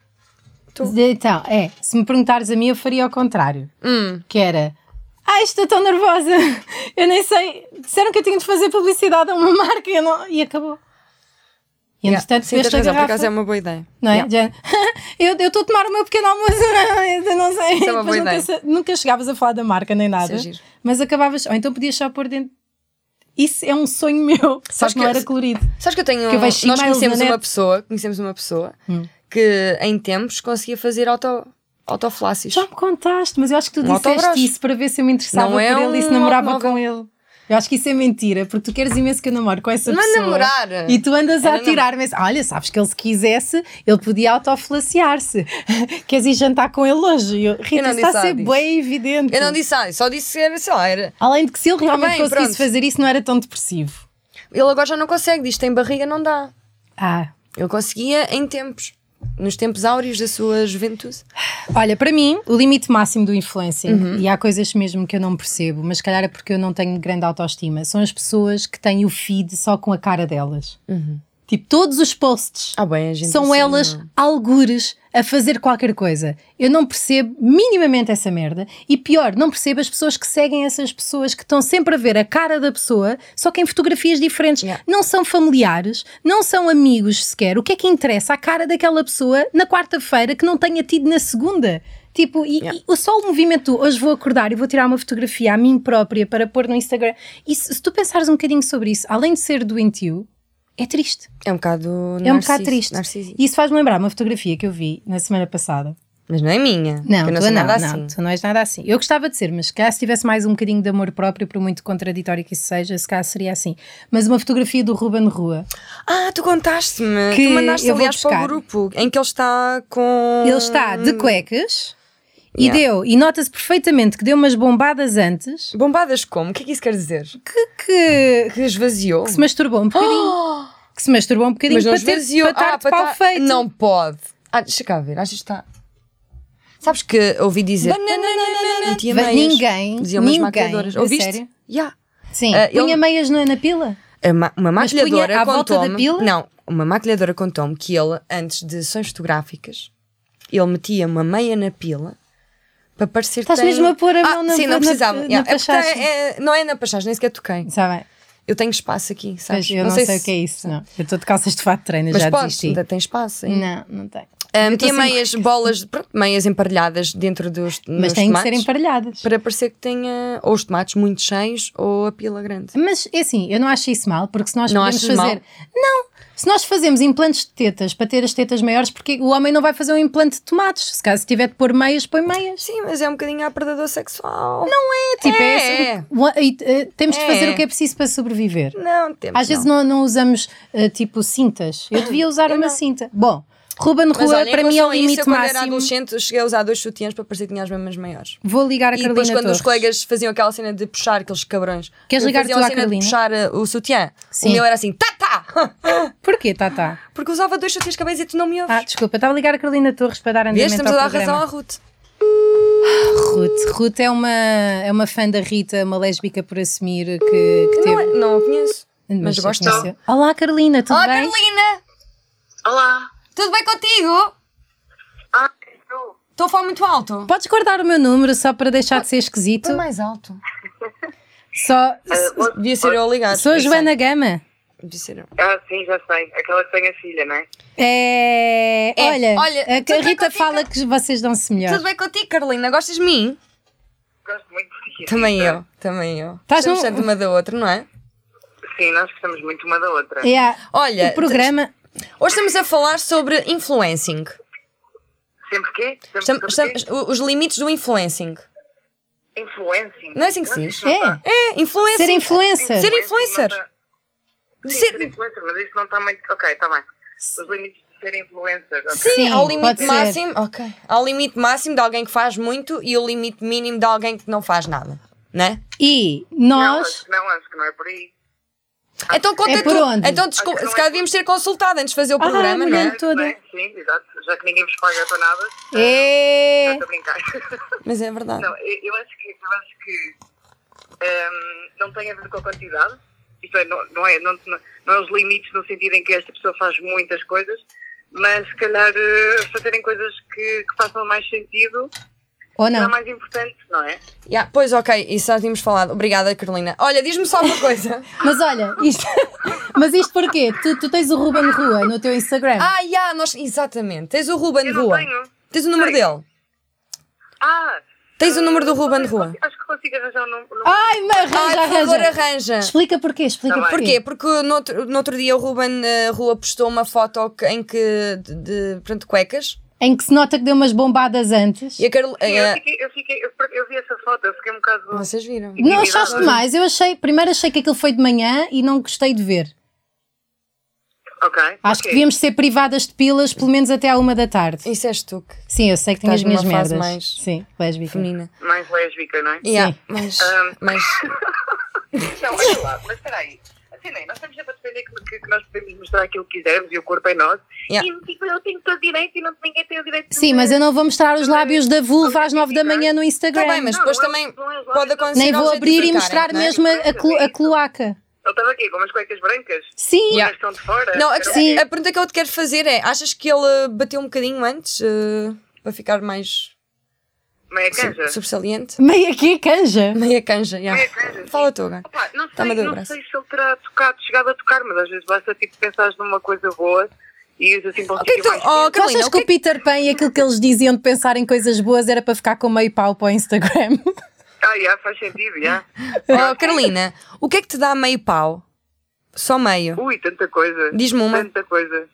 A: Tu.
B: Então, é, se me perguntares a mim, eu faria ao contrário.
A: Hum.
B: Que era, ai, estou tão nervosa, eu nem sei, disseram que eu tinha de fazer publicidade a uma marca e, eu não... e acabou. E
A: Yeah,
B: entretanto,
A: sim, tens
B: veste a
A: razão, por
B: garrafa,
A: acaso é uma boa ideia.
B: não é?
A: Yeah.
B: Já- eu eu estou a tomar o meu pequeno almoço, eu não sei.
A: Isso é uma
B: Depois
A: boa
B: nunca,
A: ideia.
B: sa- nunca chegavas a falar da marca nem nada,
A: Isso é giro.
B: mas acabavas, ou então podias só pôr dentro, isso é um sonho meu, só
A: Sabes
B: que não
A: que-
B: era colorido.
A: Sabes que eu tenho.
B: Que eu vejo
A: nós
B: e-mails
A: conhecemos
B: na
A: uma
B: net. Hum.
A: pessoa, conhecemos uma pessoa que em tempos conseguia fazer auto, autoflácios.
B: Já me contaste, mas eu acho que tu
A: Um
B: disseste
A: autobroche.
B: isso para ver se eu me interessava
A: Não
B: por
A: é
B: ele e
A: um
B: se namorava
A: automóvel.
B: com ele. Eu acho que isso é mentira, porque tu queres imenso que eu namore com essa
A: Não é
B: pessoa.
A: namorar.
B: E tu andas
A: Era
B: a tirar-me. esse- Olha, sabes que ele se quisesse, ele podia autoflaciar-se. Queres ir jantar com ele hoje? E Eu, Rita,
A: não
B: isso está
A: disse
B: a ser
A: nada
B: bem evidente.
A: Eu não disse nada, só disse que era, sei lá, era.
B: Além de que se ele realmente
A: bem,
B: conseguisse
A: pronto.
B: fazer isso, não era tão depressivo.
A: Ele agora já não consegue, diz que tem barriga, não dá.
B: Ah,
A: Ele conseguia em tempos, nos tempos áureos da sua juventude.
B: Olha, para mim, o limite máximo do influencing, e há coisas mesmo que eu não percebo, mas se calhar é porque eu não tenho grande autoestima, são as pessoas que têm o feed só com a cara delas. Tipo, todos os posts
A: Ah, bem, a gente.
B: são
A: assim,
B: elas
A: não.
B: algures a fazer qualquer coisa. Eu não percebo minimamente essa merda. E pior, não percebo as pessoas que seguem essas pessoas que estão sempre a ver a cara da pessoa, só que em fotografias diferentes.
A: Yeah.
B: Não são familiares, não são amigos sequer. O que é que interessa a cara daquela pessoa na quarta-feira que não tenha tido na segunda? Tipo, e,
A: Yeah.
B: e só o movimento do hoje vou acordar e vou tirar uma fotografia a mim própria para pôr no Instagram. E se, se tu pensares um bocadinho sobre isso, além de ser doentio, é triste.
A: É um bocado.
B: É um bocado
A: narciso-
B: triste.
A: narcisista.
B: Isso faz-me lembrar uma fotografia que eu vi na semana passada.
A: Mas não é minha.
B: Não,
A: porque eu não
B: tu
A: sou
B: não,
A: nada
B: não,
A: assim.
B: tu não és nada assim. Eu gostava de ser, mas se calhar se tivesse mais um bocadinho de amor próprio, por muito contraditório que isso seja, se calhar seria assim. Mas uma fotografia do Ruben Rua.
A: Ah, tu contaste-me.
B: Que
A: Tu mandaste,
B: eu vou
A: aliás, para o
B: buscar.
A: grupo em que ele está com.
B: Ele está de cuecas e
A: Hum. Yeah.
B: deu, e nota-se perfeitamente que deu umas bombadas antes
A: Bombadas como? O que é que isso quer dizer?
B: que,
A: Que esvaziou.
B: que se masturbou um bocadinho. Que se masturbou um bocadinho
A: Mas não
B: para, ter,
A: esvaziou.
B: para estar
A: Ah,
B: de pau
A: tá-
B: feito.
A: Não pode. Ah, deixa cá ver, acho que está. Sabes que ouvi dizer. Não tinha
B: Mas
A: meias.
B: ninguém,
A: Diziam umas
B: ninguém,
A: maquilhadoras.
B: a
A: Ouviste?
B: sério?
A: Yeah.
B: Sim,
A: Ah,
B: punha
A: ele-
B: meias na, na pila?
A: Uma, uma
B: Mas punha
A: maquilhadora
B: à volta da
A: contou-me-
B: pila?
A: Não, uma maquilhadora contou-me que ele, antes de sessões fotográficas, ele metia uma meia na pila para parecer
B: Estás
A: que tem-
B: mesmo a pôr a
A: Ah,
B: mão na-
A: Sim, não
B: na-
A: precisava.
B: na
A: Yeah, é porque
B: pachagem.
A: é- não é na passagem, nem sequer toquei.
B: Sabem?
A: Eu tenho espaço aqui, sabes?
B: Pois, eu não, sei, o que é isso, não. Eu estou de calças de fato de treino,
A: Mas
B: já
A: podes,
B: desisti.
A: ainda tem espaço. ainda.
B: Não, não tem.
A: Ah,
B: Eu tô
A: metia
B: sempre-
A: meias, bolas, pronto, meias emparelhadas dentro dos
B: Mas
A: nos
B: têm que
A: tomates
B: ser emparelhadas.
A: para parecer que tenha ou os tomates muito cheios ou a pila grande.
B: Mas é assim, eu não acho isso mal, porque se nós
A: Não
B: podemos
A: achas
B: fazer.
A: mal?
B: Não! Se nós fazemos implantes de tetas para ter as tetas maiores, porque o homem não vai fazer um implante de tomates. Se caso se tiver de pôr meias, põe meias.
A: Sim, mas é um bocadinho a predador sexual. Não
B: É tipo, é,
A: É.
B: esse o- o- e, eh, temos de
A: É.
B: fazer o que é preciso para sobreviver.
A: Não, temos.
B: Às vezes não, não usamos eh, tipo cintas. Eu devia usar
A: Eu
B: uma
A: não.
B: cinta. Bom, Ruben
A: Mas
B: Rua
A: olha, em
B: para mim é
A: relação
B: o
A: a isso,
B: limite
A: eu, quando era
B: máximo.
A: adolescente, cheguei a usar dois sutiãs para parecer que tinha as mesmas maiores.
B: Vou ligar a
A: E
B: Carolina
A: depois, quando
B: Torres.
A: os colegas faziam aquela cena de puxar aqueles cabrões,
B: Queres
A: eu
B: ligar
A: fazia
B: tu
A: uma
B: à
A: cena
B: Carolina?
A: de puxar uh, o sutiã.
B: Sim.
A: O meu era assim, tá, tá!
B: Porquê, Tata?
A: Porque usava dois sutiãs cabeiros e tu não me ouves.
B: Ah, desculpa, estava a ligar a Carolina Torres para dar
A: Vês,
B: andamento
A: estamos a
B: ao
A: dar
B: programa.
A: razão à Ruth.
B: Ruth. Ruth é uma, é uma fã da Rita, uma lésbica por assumir que, que
A: Não,
B: teve.
A: é- não a conheço. Mas
B: já
A: gosto.
B: conheceu. Olá, Carolina, tudo
A: Olá,
B: bem?
A: Carolina!
D: Olá.
A: Tudo bem contigo?
D: Ah, tu.
A: Estou a falar muito alto.
B: Podes guardar o meu número só para deixar de ser esquisito?
C: Foi mais alto.
B: Só.
E: Ah, bom-
A: Devia ser eu a ligar.
B: Sou a
A: Eu sei.
B: Joana Gama.
A: Devia ser eu.
E: Ah, sim, já sei. Aquela que tem a filha, não é?
B: É,
A: É,
B: olha,
A: olha,
B: a-
A: tudo
B: a,
A: bem
B: Rita
A: contigo?
B: fala que vocês dão-se melhor.
A: Tudo bem contigo, Carolina? Gostas de mim?
E: Gosto muito de ti.
A: Também eu, também eu.
B: Estás
A: Estamos
B: num-
A: tanto uma da outra, não é?
E: Sim, nós gostamos muito uma da outra.
B: Yeah.
A: Olha,
B: o programa.
A: Hoje estamos a falar sobre influencing.
E: Sempre quê? Sempre,
A: Estam-
E: sobre
A: estam-
E: quê?
A: os limites do influencing.
E: Influencing.
A: Não é assim que se diz?
B: É,
A: É, influencing.
B: ser influencer.
A: Ser influencer.
E: influencer.
A: De
E: Sim,
A: ser-
E: ser influencer, mas isso não está muito. Ok, está bem. Os limites de ser influencer. ok.
A: Sim,
B: Sim,
A: ao
B: pode
A: limite
B: ser.
A: máximo. Ok. Ao limite máximo de alguém que faz muito e o limite mínimo de alguém que não faz nada. Né?
B: E
E: Não,
B: nós.
E: acho que não, acho que não é por aí.
A: Então conta
B: É por
A: tu.
B: onde? Ah,
A: Então desculpa, se
E: Acho que não
A: calhar
E: é-
A: devíamos ter consultado antes de fazer o programa, não
B: mulher.
A: é?
E: Mas,
B: toda.
E: bem, Sim, exato. Já que ninguém vos paga para nada,
B: É.
E: estou a brincar.
A: Mas é verdade.
E: Não, eu, eu acho que, eu acho que ehm, não tem a ver com a quantidade, isto é, não, não, é, não, não- não é os limites no sentido em que esta pessoa faz muitas coisas, mas se calhar eh, fazerem coisas que, que façam mais sentido
B: Ou
E: será
B: não?
E: mais importante, não é?
A: Yeah, pois ok, isso já tínhamos falado. Obrigada, Carolina. Olha, diz-me só uma coisa.
B: Mas olha, isto. Mas isto porquê? Tu, tu tens o Ruben Rua no teu Instagram.
A: ah, yeah, nós. Exatamente. Tens o Ruben
E: Eu
A: de
E: não
A: Rua.
E: tenho.
A: Tens o número
E: Tenho.
A: dele.
E: Ah!
A: Tens o número do
E: eh,
A: Ruben
E: eu
A: Rua. Ah,
E: Acho que consigo arranjar um número.
B: Ai, me
A: Ai,
B: arranja,
A: por favor,
B: arranja.
A: arranja.
B: Explica porquê, explica
E: Tá bem.
A: Porquê?
B: porquê.
A: Porque no outro, no outro dia o Ruben eh, Rua postou uma foto que- em que. de, de pronto, cuecas.
B: Em que se nota que deu umas bombadas antes.
A: E a Carol.
E: Sim,
A: eh,
E: eu, fiquei, eu, fiquei, eu, eu vi essa foto, eu fiquei um bocado.
A: vocês viram?
B: Não
E: Sim,
B: achaste
E: verdade.
B: mais? Eu achei. Primeiro achei que aquilo foi de manhã e não gostei de ver.
E: Ok.
B: Acho
E: ok.
B: que devíamos ser privadas de pilas pelo menos até à uma da tarde.
A: Isso és tu que.
B: Sim, eu sei que tenho
A: Estás
B: as minhas
A: numa
B: merdas.
A: fase mais
B: Sim, lésbica.
A: Feminina.
E: Mais lésbica, não é?
A: Yeah, mas.
E: Ahm.
A: mas
E: ah, Não, olha lá, mas espera aí. Assim, não é? nós estamos sempre a defender que, que- que nós podemos mostrar aquilo que quisermos e o corpo é nosso.
A: Yeah.
E: E tipo, eu tenho todo direito e não, ninguém tem o direito de
B: Sim,
E: me-
B: mas eu não vou mostrar
A: é
B: os lábios da vulva às 9 da manhã no Instagram.
A: Tá bem, mas
E: Não,
A: depois
E: eu-
A: também
E: não, é eu-
A: pode acontecer.
B: Nem vou abrir e
A: objetificarem,
B: mostrar
A: não é?
B: mesmo a, a clo- a cloaca.
E: Eu estava aqui com umas cuecas brancas.
B: Sim,
A: Yeah.
E: Mas estão de fora.
B: é
A: Não, a,
E: Espera
A: sim,
E: aí.
A: a pergunta que eu te quero fazer é: achas que ele bateu um bocadinho antes eh, para ficar mais
E: Meia
A: sub-
E: é canja.
A: subsaliente?
B: meia que canja.
A: Meia canja, yeah.
E: Meia canja, sim.
A: Fala tu agora.
E: Opa, não sei,
A: Tá-me a dar o
E: não
A: braço.
E: sei se ele terá tocado, chegado a tocar, mas às vezes basta tipo, pensares numa coisa boa e ires assim para um
A: O que é que tu.
E: sítio mais
A: Oh,
E: quente.
B: Tu
A: Carolina,
B: achas
A: o
B: que
A: que
B: o Peter Pan e aquilo que eles diziam de pensar em coisas boas era para ficar com meio pau para o Instagram?
E: Ah, já, faz sentido, já.
A: Oh, Carolina, o que é que te dá meio pau? Só meio.
E: Ui, tanta coisa.
A: Diz-me uma.
E: Tanta coisa.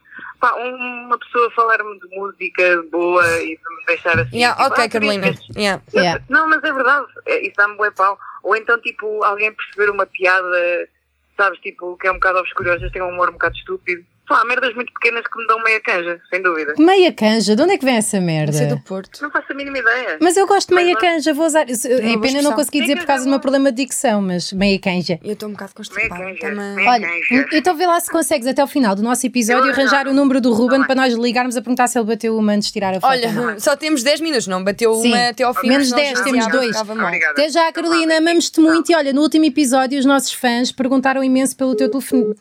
E: Pá, um- uma pessoa falar-me de música boa e de me deixar assim.
A: Yeah, ok,
E: tipo, "Ah, sabias
A: Carolina.
E: que este-
A: Yeah.
B: Yeah.
E: Não, mas é verdade. É, isso dá-me bué pau. Ou então, tipo, alguém perceber uma piada, sabes, tipo, que é um bocado obscura, às vezes tem um humor um bocado estúpido. Pá, há merdas muito pequenas que me dão meia canja, sem dúvida.
B: Meia canja, de onde é que vem essa
A: Isso é do
B: merda?
A: Porto.
E: Não faço a mínima ideia.
B: Mas eu gosto de meia
E: Mas-
B: canja, vou usar. isso- É
A: boa
B: pena não
A: expressão.
B: consegui dizer por causa do meu problema de dicção, mas meia canja.
A: E eu estou um bocado
E: Meia
A: constipada.
E: canja.
A: Tá-me a-
E: meia
B: Olha,
E: canja.
B: então vê lá se consegues até ao final do nosso episódio
E: Eu arranjar.
B: arranjar o número do Ruben
E: bem.
B: para nós ligarmos a perguntar se ele bateu uma antes de tirar a foto. ou não.
A: é. Olha, só temos 10 minutos, não bateu
B: Sim.
A: uma até ao fim.
B: Menos
A: senão
B: 10,
A: já
B: temos
A: ficava-
B: dois.
A: ficava mal. Então
E: Obrigada.
B: Até já, Carolina, amamos-te muito. E olha, no último episódio, os nossos fãs perguntaram imenso pelo teu telefone.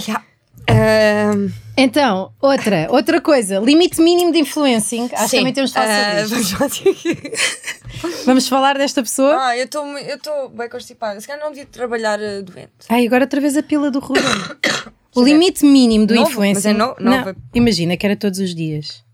A: Yeah. Ahm,
B: Então, outra, outra coisa, limite mínimo de influencing. Acho que
A: sim.
B: também temos de falar sobre
A: Ah,
B: isto.
A: vamos lá dizer-
B: Vamos falar desta pessoa.
A: Ah, eu estou eu estou bem constipada. Se calhar não devia trabalhar eh, doente.
B: Ai, agora outra vez a pila do Ruben. O limite mínimo do
A: Novo,
B: influencing.
A: mas é no-
B: não,
A: nova.
B: imagina que era todos os dias.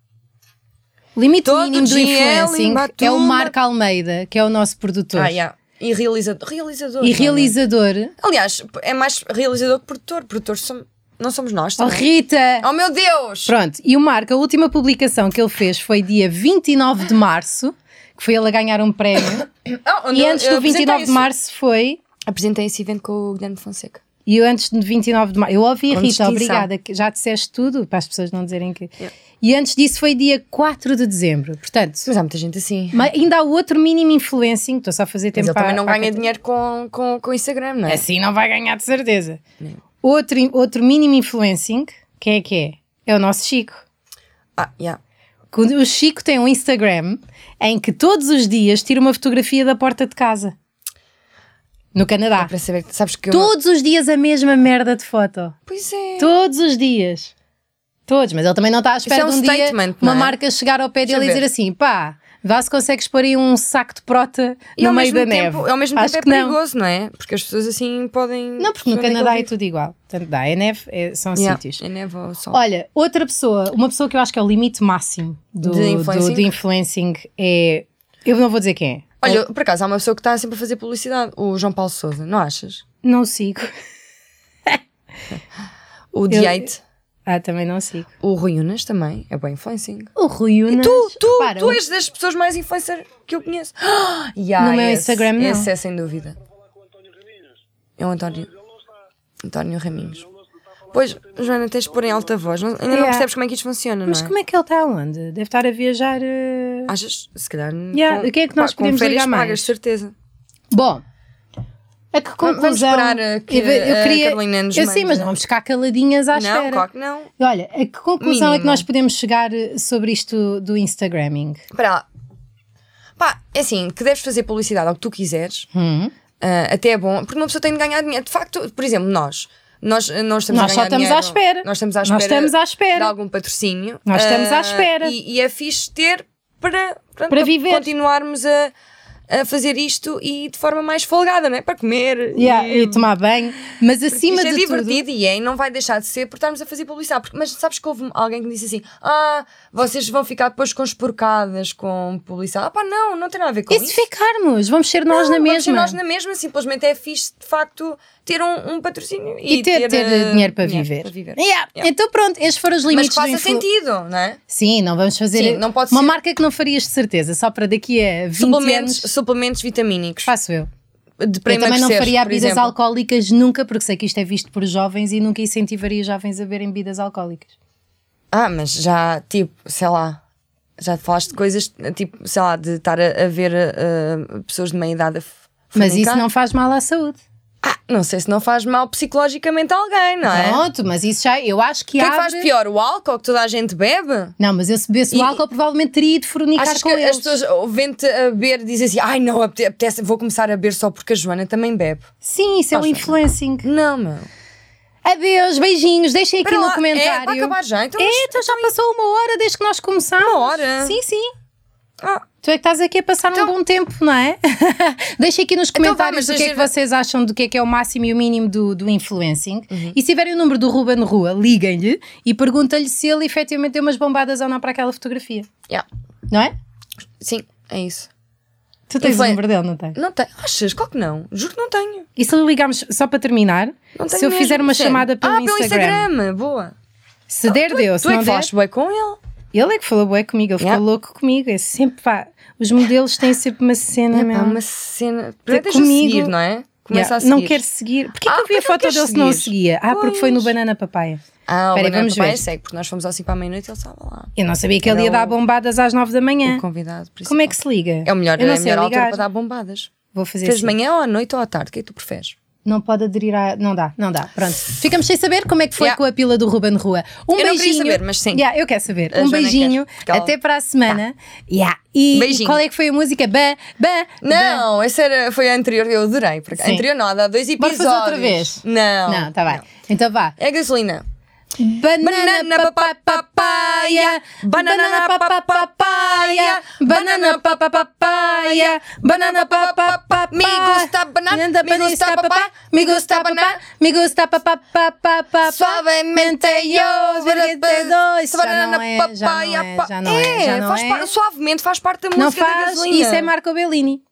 B: O limite
A: Todo
B: mínimo do
A: dia,
B: influencing
A: limba
B: é o
A: tudo.
B: Marco Almeida, que é o nosso produtor
A: Ah, yeah. E realizador. Realizador.
B: e
A: não é?
B: realizador.
A: Aliás, é mais realizador que produtor. Produtor som- não somos nós
B: Oh,
A: também.
B: Rita!
A: Oh meu Deus!
B: Pronto, e o Marco, a última publicação que ele fez foi dia 29 de março, que foi ele a ganhar um prémio.
A: Ah, onde
B: e
A: eu-
B: antes
A: eu
B: do
A: apresentei
B: 29 de
A: isso.
B: março foi.
A: Apresentei esse evento com o Guilherme Fonseca.
B: E eu antes de 29 de março, eu ouvi,
A: Com
B: Rita,
A: distinção.
B: obrigada, que já disseste tudo, para as pessoas não dizerem que. E antes disso foi dia 4 de dezembro, portanto.
A: Mas há muita gente assim.
B: Mas ainda há outro mínimo influencing, estou só a fazer
A: Mas
B: tempo
A: ele
B: para.
A: também não
B: para-
A: ganha dinheiro com, com, com Instagram, não é?
B: Assim não vai ganhar de certeza. Outro, outro mínimo influencing, quem é que é? É o nosso Chico.
A: Ah, yeah.
B: Quando O Chico tem um Instagram em que todos os dias tira uma fotografia da porta de casa. No Canadá.
A: É Para saber que sabes que eu.
B: Todos os dias a mesma merda de foto.
A: Pois é.
B: Todos os dias. Todos, mas ele também não está à espera
A: é um
B: de um dia
A: statement, não
B: uma
A: é?
B: marca chegar ao pé dele e
A: Deixa eu
B: dizer assim: pá, Vá se consegues pôr aí um saco de prota
A: E
B: no
A: ao
B: meio
A: mesmo
B: da
A: tempo,
B: neve.
A: ao mesmo
B: Acho
A: tempo é
B: que não.
A: perigoso, não. é? Porque as pessoas assim podem.
B: Não, porque no
A: podem
B: Canadá é
A: ouvir.
B: tudo igual. Tanto dá, é neve, é- são
A: Yeah,
B: sítios.
A: É neve ou sol.
B: Olha, outra pessoa, uma pessoa que eu acho que é o limite máximo do,
A: De influencing?
B: do, de influencing é. Eu não vou dizer quem é.
A: Olha, por acaso há uma pessoa que está sempre a fazer publicidade, o João Paulo Souza, não achas?
B: Não sigo.
A: O
B: Ele-
A: D8,
B: Ah, também não sigo.
A: o Rui Unas também, é bem influencing.
B: O Rui Unas.
A: Tu, tu,
B: repara, um
A: tu
B: o-
A: és das pessoas mais influencer que eu conheço. Ah, yeah,
B: No meu
A: esse-
B: Instagram, não.
A: Esse é sem dúvida. É o António. António Raminhos. Pois, Joana, tens de pôr em alta voz. Não- ainda não
B: Yeah.
A: percebes como é que isto funciona,
B: Mas
A: não é?
B: como é que ele está onde? Deve estar a viajar. eh,
A: Achas? Se calhar.
B: Yeah, o que é que nós
A: pá,
B: podemos
A: com férias
B: ligar mais?
A: pagas, certeza.
B: Bom, a que conclusão.
A: esperar, eh, que
B: eu, eu
A: a
B: queria,
A: Carolina nos
B: Eu sei,
A: mande.
B: mas não vamos ficar caladinhas Tá à
A: não,
B: espera.
A: claro que não.
B: Olha, a que conclusão é que
A: Mínimo.
B: nós podemos chegar eh, sobre isto do Instagramming?
A: Espera lá. Pá, é assim, que deves fazer publicidade ao que tu quiseres,
B: Hum?
A: ah, até é bom, porque uma pessoa tem de ganhar dinheiro. De facto, por exemplo, nós. Nós, eh, nós, estamos
B: Nós
A: a
B: só
A: ganhar
B: estamos
A: dinheiro.
B: à espera.
A: Nós estamos à
B: Nós
A: espera.
B: estamos à espera.
A: De algum patrocínio.
B: Nós estamos à
A: Ah,
B: espera.
A: E, e é fixe ter para, para,
B: viver.
A: continuarmos a, a fazer isto e de forma mais folgada, não é? Para comer.
B: Yeah, e tomar banho, mas acima
A: Isto é
B: de tudo.
A: divertido e é, e não vai deixar de ser por estarmos a fazer publicidade. Porque- mas sabes que houve alguém que me disse assim: Ah, vocês vão ficar depois com esporcadas com publicidade. Ah, pá, não, não tem nada a ver com
B: E
A: isso.
B: se ficarmos? Vamos ser nós
A: Não,
B: na
A: vamos ser
B: mesma.
A: Nós na mesma, simplesmente é fixe de facto ter um, um patrocínio e,
B: E ter, ter
A: eh,
B: dinheiro para viver. Yeah.
A: Yeah.
B: Então pronto, estes foram os
A: Mas
B: limites
A: que
B: do
A: faça
B: influ-
A: sentido, não é?
B: Sim, não vamos fazer
A: Sim, não pode
B: uma
A: ser-
B: marca que não farias de certeza, só para daqui a 20
A: Suplementos,
B: anos
A: suplementos vitamínicos.
B: faço eu.
A: De para
B: Eu também não
A: emagreceres,
B: faria
A: por
B: bebidas
A: exemplo.
B: alcoólicas nunca, porque sei que isto é visto por jovens e nunca incentivaria jovens a beberem bebidas alcoólicas.
A: Ah, mas já, tipo, sei lá. Já te falaste de coisas, tipo, sei lá, de estar a, a ver eh, pessoas de meia idade a f-
B: Mas
A: fornicar.
B: isso não faz mal à saúde.
A: Ah, não sei se não faz mal psicologicamente a alguém, não é? O
B: Pronto, mas isso já, eu acho que
A: que é que
B: abre-
A: faz pior? O álcool que toda a gente bebe?
B: Não, mas eu se bebesse
A: E-
B: o álcool, provavelmente teria ido fornicar
A: Achas
B: com
A: que
B: eles.
A: as pessoas vêm-te a beber dizem assim: ai não, apete- apetece, vou começar a beber só porque a Joana também bebe.
B: Sim, isso é o
A: Acho-
B: influencing.
A: Não, meu.
B: Adeus, beijinhos, deixem aqui
A: Espera
B: no
A: lá,
B: comentário.
A: É, vai acabar já, então.
B: É, então já passou uma hora desde que nós começámos.
A: Uma hora?
B: Sim, sim.
A: Ah.
B: Tu é que estás aqui a passar um bom tempo, não é? Deixem aqui nos
A: Então vá,
B: comentários
A: mas
B: o que é que
A: deixa-
B: vocês acham do que é que é o máximo e o mínimo do, do influencing.
A: Uhum.
B: E se tiverem o número do Ruben Rua, liguem-lhe e perguntem-lhe se ele efetivamente deu umas bombadas ou não para aquela fotografia.
A: Yeah.
B: Não é?
A: Sim, é isso.
B: Tu tens
A: Influen-
B: o número dele, não tens?
A: Não tenho. Achas? Claro que não. Juro que não tenho.
B: E se ligarmos, só para terminar,
A: Não tenho
B: se eu
A: mesmo,
B: fizer uma
A: sério.
B: chamada pelo,
A: ah,
B: Instagram,
A: pelo Instagram. Boa.
B: se der, deu. Se
A: tu é
B: não
A: que
B: der,
A: falaste bem com ele.
B: Ele é que falou bué comigo, ele ficou
A: Yeah.
B: louco comigo. É sempre pá. Os modelos têm sempre uma cena,
A: É
B: meu.
A: pá, uma cena. Primeiro deixa
B: comigo-
A: seguir, não é? Começa
B: Yeah,
A: a seguir.
B: Não quero seguir. Porquê
A: Ah,
B: que eu vi a
A: porque não
B: foto
A: queres
B: dele se não o
A: seguir?
B: seguia? Ah, porque foi no
A: Pois.
B: Banana Papaya.
A: Ah, o
B: Espera aí,
A: Banana
B: vamos
A: Papai
B: ver.
A: segue, porque nós fomos ao 5 para a meia-noite e ele estava lá.
B: Eu não sabia que ele
A: Era
B: ia dar
A: o-
B: bombadas às nove da manhã.
A: O convidado. principal.
B: Como é que se liga?
A: É o melhor,
B: Eu
A: é
B: não
A: a
B: sei
A: melhor altura
B: ligar.
A: para dar bombadas.
B: Vou fazer
A: Fez de
B: assim.
A: manhã ou à noite ou à tarde? O que é que tu preferes?
B: Não pode aderir a. Não dá, não dá. Pronto. Ficamos sem saber como é que foi
A: Yeah.
B: com a pila do Ruben Rua. Um
A: Eu não queria
B: beijinho.
A: saber, mas sim.
B: Yeah, eu quero
A: A
B: saber. um
A: Joana quer.
B: beijinho.
A: Porque ela-
B: Até para a semana. Yeah. E
A: Beijinho.
B: qual é que foi a música? Ba, ba, ba.
A: Não, essa era, foi a anterior, eu adorei. Porque a
B: Sim.
A: anterior não, há dois
B: Bora
A: episódios.
B: fazer outra vez.
A: Não.
B: Não, tá bem. Então vá.
A: É gasolina.
B: Banana papa- papaya, banana papa- papaya, banana papa- papaya, banana papa- papaya.
A: Me gusta banana, me gusta papaya,
B: me gusta banana, me gusta papa- papa- papa-
A: Suavemente
B: eu,
A: eu,
B: é porque te Ya dou. Isso já não
A: ya
B: é, já não é, já não é, já não
A: faz
B: é.
A: par- suavemente faz parte da
B: Não
A: música da
B: faz,
A: gasolina.
B: isso é Marco Bellini.